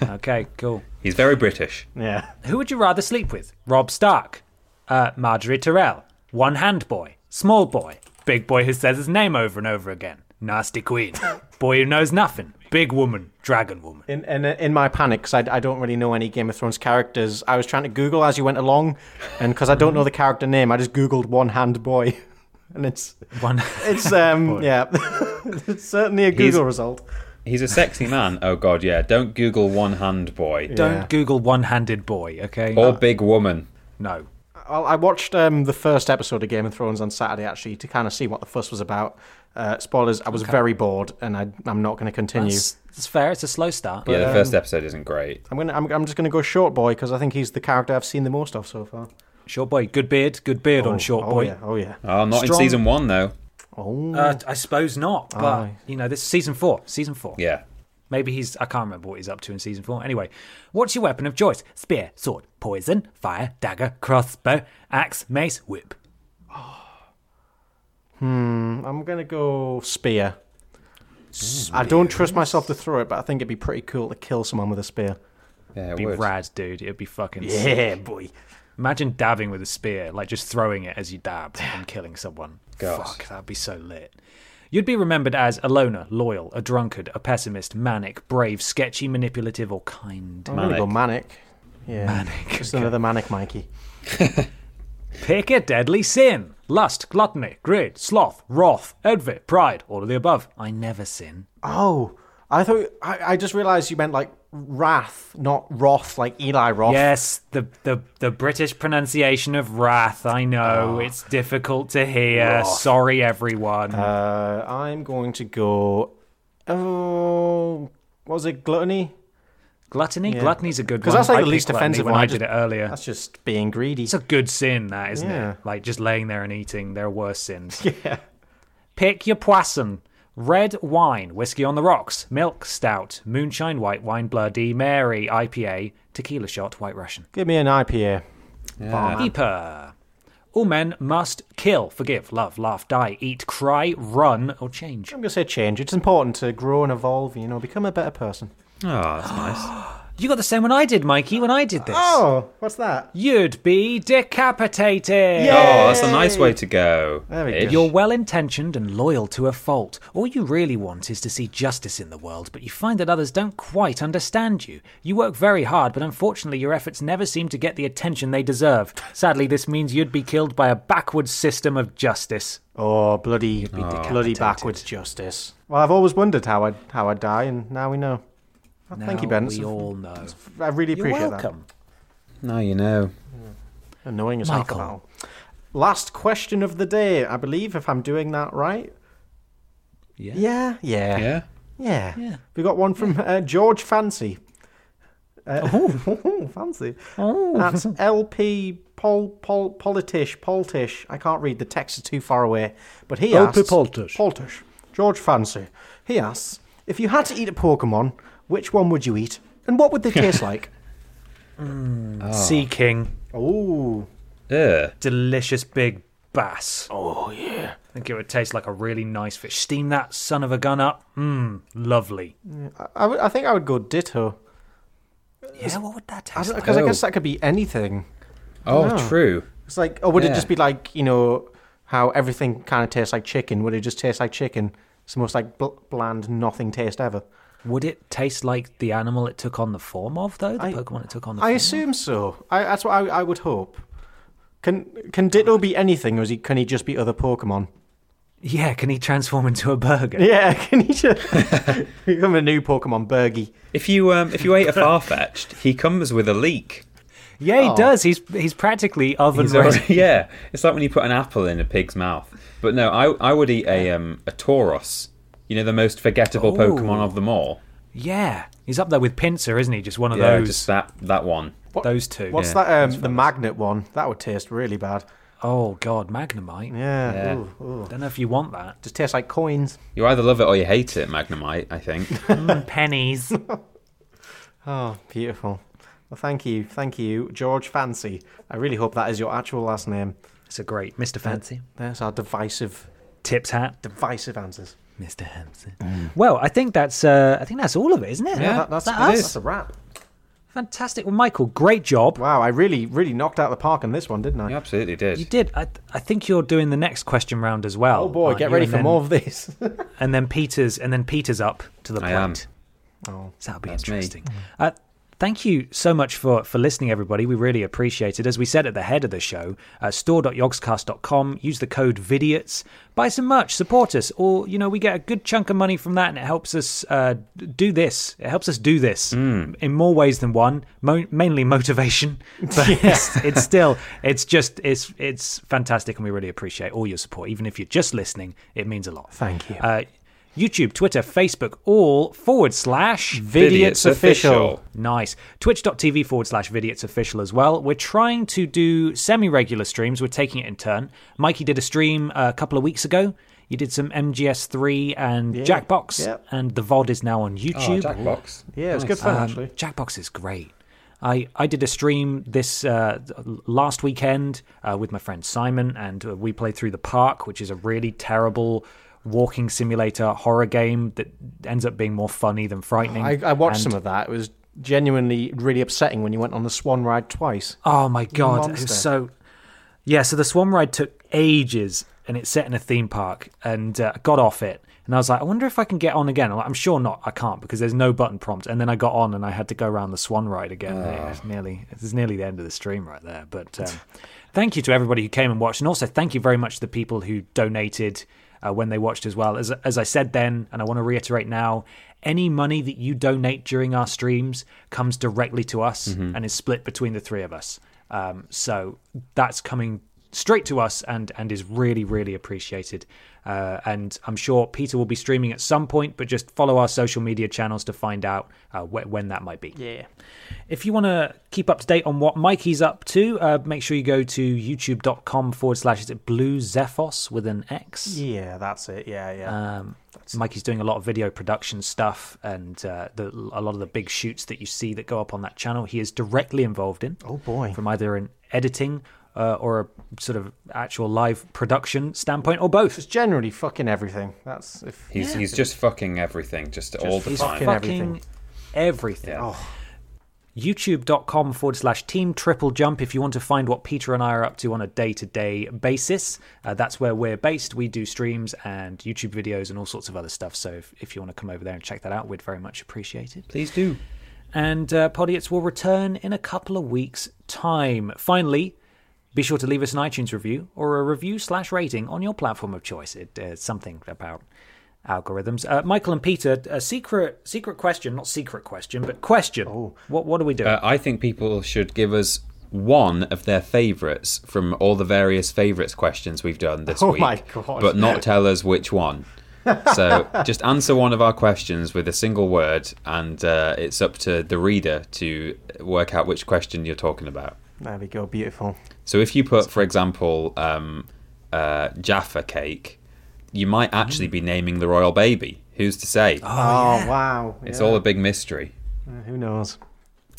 [SPEAKER 3] Okay, cool.
[SPEAKER 2] He's very British.
[SPEAKER 1] Yeah.
[SPEAKER 3] Who would you rather sleep with? Rob Stark, uh, Marjorie Terrell, One Hand Boy, Small Boy, Big Boy who says his name over and over again, Nasty Queen, Boy who knows nothing, Big Woman, Dragon Woman.
[SPEAKER 1] In, in, in my panic, because I, I don't really know any Game of Thrones characters, I was trying to Google as you went along, and because I don't know the character name, I just Googled one hand boy, and it's
[SPEAKER 3] One.
[SPEAKER 1] it's um yeah, it's certainly a Google
[SPEAKER 2] He's-
[SPEAKER 1] result.
[SPEAKER 2] He's a sexy man. Oh, God, yeah. Don't Google one hand boy
[SPEAKER 3] Don't
[SPEAKER 1] Yeah. Oh.
[SPEAKER 3] Google one-handed boy, okay?
[SPEAKER 2] or big woman.
[SPEAKER 3] no.
[SPEAKER 1] Well, I watched um, the first episode of Game of Thrones on Saturday actually to kind of see what the fuss was about. Uh, spoilers: I was very bored, and I, I'm not going to continue.
[SPEAKER 3] That's, that's fair. It's a slow start.
[SPEAKER 2] yeah, the first episode isn't great.
[SPEAKER 1] I'm gonna I'm, I'm just going to go short boy because I think he's the character I've seen the most of so far.
[SPEAKER 3] Short boy, good beard, good beard on short
[SPEAKER 1] oh,
[SPEAKER 3] boy.
[SPEAKER 1] yeah, oh yeah.
[SPEAKER 2] Oh, not
[SPEAKER 3] Strong-
[SPEAKER 2] in season one, though.
[SPEAKER 1] Oh,
[SPEAKER 3] Uh, I suppose not, but
[SPEAKER 1] Aye.
[SPEAKER 3] you know, this is season four. Season four.
[SPEAKER 2] Yeah.
[SPEAKER 3] Maybe he's. I can't remember what he's up to in season four. Anyway, what's your weapon of choice? Spear, sword, poison, fire, dagger, crossbow, axe, mace, whip.
[SPEAKER 1] I'm going to go spear. I don't trust myself to throw it, but I think it'd be pretty cool to kill someone with a spear.
[SPEAKER 2] Yeah, it
[SPEAKER 3] Be
[SPEAKER 2] would.
[SPEAKER 3] rad, dude. It'd be fucking. sick.
[SPEAKER 1] Yeah, boy.
[SPEAKER 3] Imagine dabbing with a spear, like just throwing it as you dab and killing someone.
[SPEAKER 2] God.
[SPEAKER 3] Fuck, that'd be so lit. You'd be remembered as a loner, loyal, a drunkard, a pessimist, manic, brave, sketchy, manipulative, or kind.
[SPEAKER 1] I'm going to go manic. Yeah.
[SPEAKER 3] Manic,
[SPEAKER 1] Just
[SPEAKER 3] okay.
[SPEAKER 1] another manic Mikey.
[SPEAKER 3] Pick a deadly sin. Lust, gluttony, greed, sloth, wrath, envy, pride, all of the above. I never sin.
[SPEAKER 1] Oh, I thought, I, I just realised you meant like wrath, not wrath, like Eli Roth.
[SPEAKER 3] Yes, the, the the British pronunciation of wrath. I
[SPEAKER 1] Oh.
[SPEAKER 3] know it's difficult to hear. Sorry, everyone.
[SPEAKER 1] Uh, I'm going to go. Oh, what was it? Gluttony?
[SPEAKER 3] gluttony,
[SPEAKER 1] yeah.
[SPEAKER 3] gluttony's a good one.
[SPEAKER 1] 'Cause that's like
[SPEAKER 3] I
[SPEAKER 1] the
[SPEAKER 3] picked
[SPEAKER 1] least
[SPEAKER 3] gluttony
[SPEAKER 1] offensive
[SPEAKER 3] when
[SPEAKER 1] one.
[SPEAKER 3] I
[SPEAKER 1] I
[SPEAKER 3] did
[SPEAKER 1] just-
[SPEAKER 3] it earlier.
[SPEAKER 1] That's just being greedy.
[SPEAKER 3] It's a good sin, that isn't
[SPEAKER 1] Yeah.
[SPEAKER 3] it? Like just laying there and eating. There are worse sins. Yeah. Pick your poisson. Red wine, whiskey on the rocks, milk, stout, moonshine, white wine, bloody Mary, IPA, tequila shot, white Russian.
[SPEAKER 1] Give me an IPA.
[SPEAKER 3] Deeper. All men must kill, forgive, love, laugh, die, eat, cry, run, or change.
[SPEAKER 1] I'm going to say change. It's important to grow and evolve, you know, become a better person.
[SPEAKER 2] Oh, that's nice.
[SPEAKER 3] You got the same one I did, Mikey, when I did this.
[SPEAKER 1] Oh, what's that?
[SPEAKER 3] You'd be decapitated.
[SPEAKER 2] Oh, that's a nice way to go.
[SPEAKER 1] There we
[SPEAKER 2] If
[SPEAKER 1] go.
[SPEAKER 3] You're well intentioned and loyal to a fault. All you really want is to see justice in the world, but you find that others don't quite understand you. You work very hard, but unfortunately, your efforts never seem to get the attention they deserve. Sadly, this means you'd be killed by a backwards system of justice.
[SPEAKER 1] Oh, bloody, bloody
[SPEAKER 3] decapitated.
[SPEAKER 1] backwards justice. Well, I've always wondered how I'd, how I'd die, and now we know. Well, Thank you,
[SPEAKER 3] Now
[SPEAKER 1] Ben. It's-
[SPEAKER 3] We all know.
[SPEAKER 1] I really
[SPEAKER 3] You're
[SPEAKER 1] appreciate
[SPEAKER 3] welcome.
[SPEAKER 2] Now you know.
[SPEAKER 1] that. Annoying as half a
[SPEAKER 3] Michael.
[SPEAKER 1] battle. Last question of the day, I believe, if I'm doing that right.
[SPEAKER 3] Yeah.
[SPEAKER 1] Yeah, yeah, yeah.
[SPEAKER 2] Yeah.
[SPEAKER 3] Yeah.
[SPEAKER 1] We got one from uh, George Fancy. Uh, oh, fancy.
[SPEAKER 3] Oh.
[SPEAKER 1] That's LP Pol, Pol, Politish, Poltish. I can't read, the text is too far away. But he
[SPEAKER 3] LP
[SPEAKER 1] asks...
[SPEAKER 3] Poltish.
[SPEAKER 1] Poltish. George Fancy. He asks, if you had to eat a Pokemon, which one would you eat? And what would they taste like? Ah.
[SPEAKER 3] Sea King,
[SPEAKER 1] Oh,
[SPEAKER 2] Ugh.
[SPEAKER 3] delicious big bass. Oh yeah. I think it would taste like a really nice fish. Steam that son of a gun up. Mmm, lovely.
[SPEAKER 1] I, I would- I think I would go Ditto.
[SPEAKER 3] Yeah, what would that taste like?
[SPEAKER 1] Because I
[SPEAKER 2] Oh.
[SPEAKER 1] guess that could be anything.
[SPEAKER 2] Oh, true.
[SPEAKER 1] It's like, or would it
[SPEAKER 2] Yeah.
[SPEAKER 1] just be like you know how everything kind of tastes like chicken? Would it just taste like chicken? It's the most like bl- bland, nothing taste ever.
[SPEAKER 3] Would it taste like the animal it took on the form of, though? The
[SPEAKER 1] I-
[SPEAKER 3] Pokemon it took on the
[SPEAKER 1] I
[SPEAKER 3] form
[SPEAKER 1] assume so. I, that's what I, I would hope. Can can Ditto be anything, or is he, can he just be other Pokemon?
[SPEAKER 3] of? Yeah, can he transform into a burger?
[SPEAKER 1] Yeah, can he just become a new Pokemon Bergie?
[SPEAKER 2] If you um, if you ate a farfetched, he comes with a leak.
[SPEAKER 3] Yeah, he
[SPEAKER 1] Oh.
[SPEAKER 3] does. He's he's practically oven
[SPEAKER 2] He's
[SPEAKER 3] ready.
[SPEAKER 2] already- yeah, it's like when you put an apple in a pig's mouth. But no, I I would eat a um a Tauros. You know the most forgettable
[SPEAKER 3] Oh.
[SPEAKER 2] Pokemon of them all.
[SPEAKER 3] Yeah, he's up there with Pincer, isn't he? Just one of
[SPEAKER 2] Yeah,
[SPEAKER 3] those.
[SPEAKER 2] just that that one.
[SPEAKER 1] What-
[SPEAKER 3] Those two.
[SPEAKER 1] What's
[SPEAKER 2] Yeah,
[SPEAKER 1] that? Um, the magnet one. That would taste really bad.
[SPEAKER 3] Oh God, Magnemite.
[SPEAKER 1] Yeah.
[SPEAKER 2] Yeah.
[SPEAKER 1] Ooh, ooh.
[SPEAKER 3] Don't know if you want that.
[SPEAKER 1] Just tastes like coins.
[SPEAKER 2] You either love it or you hate it, Magnemite. I think.
[SPEAKER 3] Mm, Pennies.
[SPEAKER 1] Oh, beautiful. Well, thank you, thank you, George Fancy. I really hope that is your actual last name.
[SPEAKER 3] it's a great Mr. Fancy.
[SPEAKER 1] There's our divisive,
[SPEAKER 3] Tips hat.
[SPEAKER 1] divisive answers.
[SPEAKER 3] Mr. Hanson. Well, I think that's uh, I think that's all of it, isn't it?
[SPEAKER 2] Yeah,
[SPEAKER 1] that, Mm. that's,
[SPEAKER 3] that
[SPEAKER 1] that's,
[SPEAKER 3] us?
[SPEAKER 1] that's a wrap.
[SPEAKER 3] Fantastic. Well, Michael, great job.
[SPEAKER 1] Wow, I really, really knocked out the park on this one, didn't I?
[SPEAKER 2] You absolutely
[SPEAKER 3] You
[SPEAKER 2] did.
[SPEAKER 3] did. I, I think you're doing the next question round as well.
[SPEAKER 1] Oh boy,
[SPEAKER 3] aren't
[SPEAKER 1] get
[SPEAKER 3] you?
[SPEAKER 1] ready
[SPEAKER 3] And
[SPEAKER 1] for
[SPEAKER 3] then-
[SPEAKER 1] more of this.
[SPEAKER 3] And then Peter's and then Peter's up to the
[SPEAKER 2] I
[SPEAKER 3] plate.
[SPEAKER 2] am.
[SPEAKER 1] oh,
[SPEAKER 3] So that'll be
[SPEAKER 2] That's me.
[SPEAKER 3] interesting. Uh, thank you so much for, for listening, everybody. We really appreciate it. As we said at the head of the show, uh, store.yogscast.com, use the code VIDIOTS, buy some merch, support us, or, you know, we get a good chunk of money from that and it helps us uh, d- do this. It helps us do this
[SPEAKER 2] Mm.
[SPEAKER 3] in more ways than one, mo- mainly motivation. But it's, it's still, it's just, it's, it's fantastic and we really appreciate all your support. Even if you're just listening, it means a lot.
[SPEAKER 1] Thank you.
[SPEAKER 3] Uh, YouTube, Twitter, Facebook, all forward slash
[SPEAKER 2] Vidiot's official.
[SPEAKER 3] Nice. Twitch.tv forward slash Vidiot's official as well. We're trying to do semi regular streams. We're taking it in turn. Mikey did a stream uh, a couple of weeks ago. You did some MGS3 and Jackbox,
[SPEAKER 1] Yep.
[SPEAKER 3] and the VOD is now on
[SPEAKER 2] Oh,
[SPEAKER 3] YouTube.
[SPEAKER 2] Jackbox.
[SPEAKER 1] yeah, it was good fun
[SPEAKER 3] Um,
[SPEAKER 1] actually.
[SPEAKER 3] Jackbox is great. I, I did a stream this uh, last weekend uh, with my friend Simon, and uh, we played through The Park, which is a really terrible walking simulator horror game that ends up being more funny than frightening.
[SPEAKER 1] I, I watched
[SPEAKER 3] And-
[SPEAKER 1] some of that. It was genuinely really upsetting when you went on the Swan ride twice.
[SPEAKER 3] Oh my god, it
[SPEAKER 1] monster.
[SPEAKER 3] was so. Yeah, so the Swan Ride took ages, and it's set in a theme park, and uh, I got off it, and I was like, I wonder if I can get on again. I'm, like, I'm sure not. I can't because there's no button prompt. And then I got on, and I had to go around the Swan Ride again. It was nearly, this is nearly the end of the stream right there. But um, thank you to everybody who came and watched, and also thank you very much to the people who donated uh, when they watched as well. As, as I said then, and I want to reiterate now, any money that you donate during our streams comes directly to us and is split between the three of us. Um, so that's coming straight to us and and is really really appreciated. Uh, and I'm sure Peter will be streaming at some point, but just follow our social media channels to find out uh, wh- when that might be.
[SPEAKER 1] Yeah.
[SPEAKER 3] If you want to keep up to date on what Mikey's up to, uh, make sure you go to youtube.com forward slash is it blue zephos with an X.
[SPEAKER 1] Yeah, that's it. Yeah, yeah.
[SPEAKER 3] Um, Mikey's doing a lot of video production stuff, and uh, the, a lot of the big shoots that you see that go up on that channel, he is directly involved in.
[SPEAKER 1] Oh, boy.
[SPEAKER 3] From either an editing uh, or a sort of actual live production standpoint, or both.
[SPEAKER 1] Just generally fucking everything. That's if
[SPEAKER 2] He's he's just fucking everything, just, all the
[SPEAKER 3] He's
[SPEAKER 2] time.
[SPEAKER 3] fucking everything.
[SPEAKER 2] Yeah.
[SPEAKER 3] youtube.com forward slash team triple jump if you want to find what peter and i are up to on a day-to-day basis uh, that's where we're based we do streams and youtube videos and all sorts of other stuff so if, if you want to come over there and check that out we'd very much appreciate it
[SPEAKER 2] Please do.
[SPEAKER 3] and uh, Podiots will return in a couple of weeks' time. Finally, be sure to leave us an iTunes review or a review slash rating on your platform of choice. It uh, something about algorithms. Uh, Michael and Peter, a secret secret question, not secret question, but question. What what are we doing?
[SPEAKER 2] Uh, I think people should give us one of their favourites from all the various favourites questions we've done this
[SPEAKER 1] Oh
[SPEAKER 2] week.
[SPEAKER 1] my God.
[SPEAKER 2] But not tell us which one. so just answer one of our questions with a single word, and uh, it's up to the reader to work out which question you're talking about.
[SPEAKER 1] there we go. Beautiful.
[SPEAKER 2] So if you put, for example, um, uh, Jaffa cake, you might actually be naming the royal baby. Who's to say?
[SPEAKER 1] Oh, wow.
[SPEAKER 2] it's
[SPEAKER 1] yeah.
[SPEAKER 2] all a big mystery.
[SPEAKER 1] Uh, Who knows?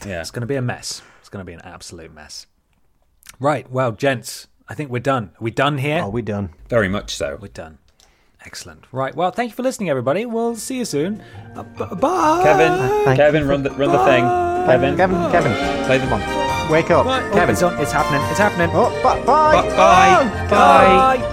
[SPEAKER 2] Yeah.
[SPEAKER 3] It's going to be a mess. It's going to be an absolute mess. Right. Well, gents, I think we're done. Are we done here?
[SPEAKER 1] Are we done?
[SPEAKER 2] Very much so.
[SPEAKER 3] we're done. Excellent. Right. Well, thank you for listening, everybody. We'll see you soon. Uh, b- bye.
[SPEAKER 2] Kevin, Kevin, run the run the thing. Kevin,
[SPEAKER 1] Kevin, Kevin.
[SPEAKER 2] play the one.
[SPEAKER 3] Bye.
[SPEAKER 1] Wake up,
[SPEAKER 3] Right. Oh,
[SPEAKER 1] Kevin.
[SPEAKER 3] it's, on. it's happening. It's happening.
[SPEAKER 1] Oh, bye. Bye.
[SPEAKER 2] Bye. Bye.
[SPEAKER 3] Bye.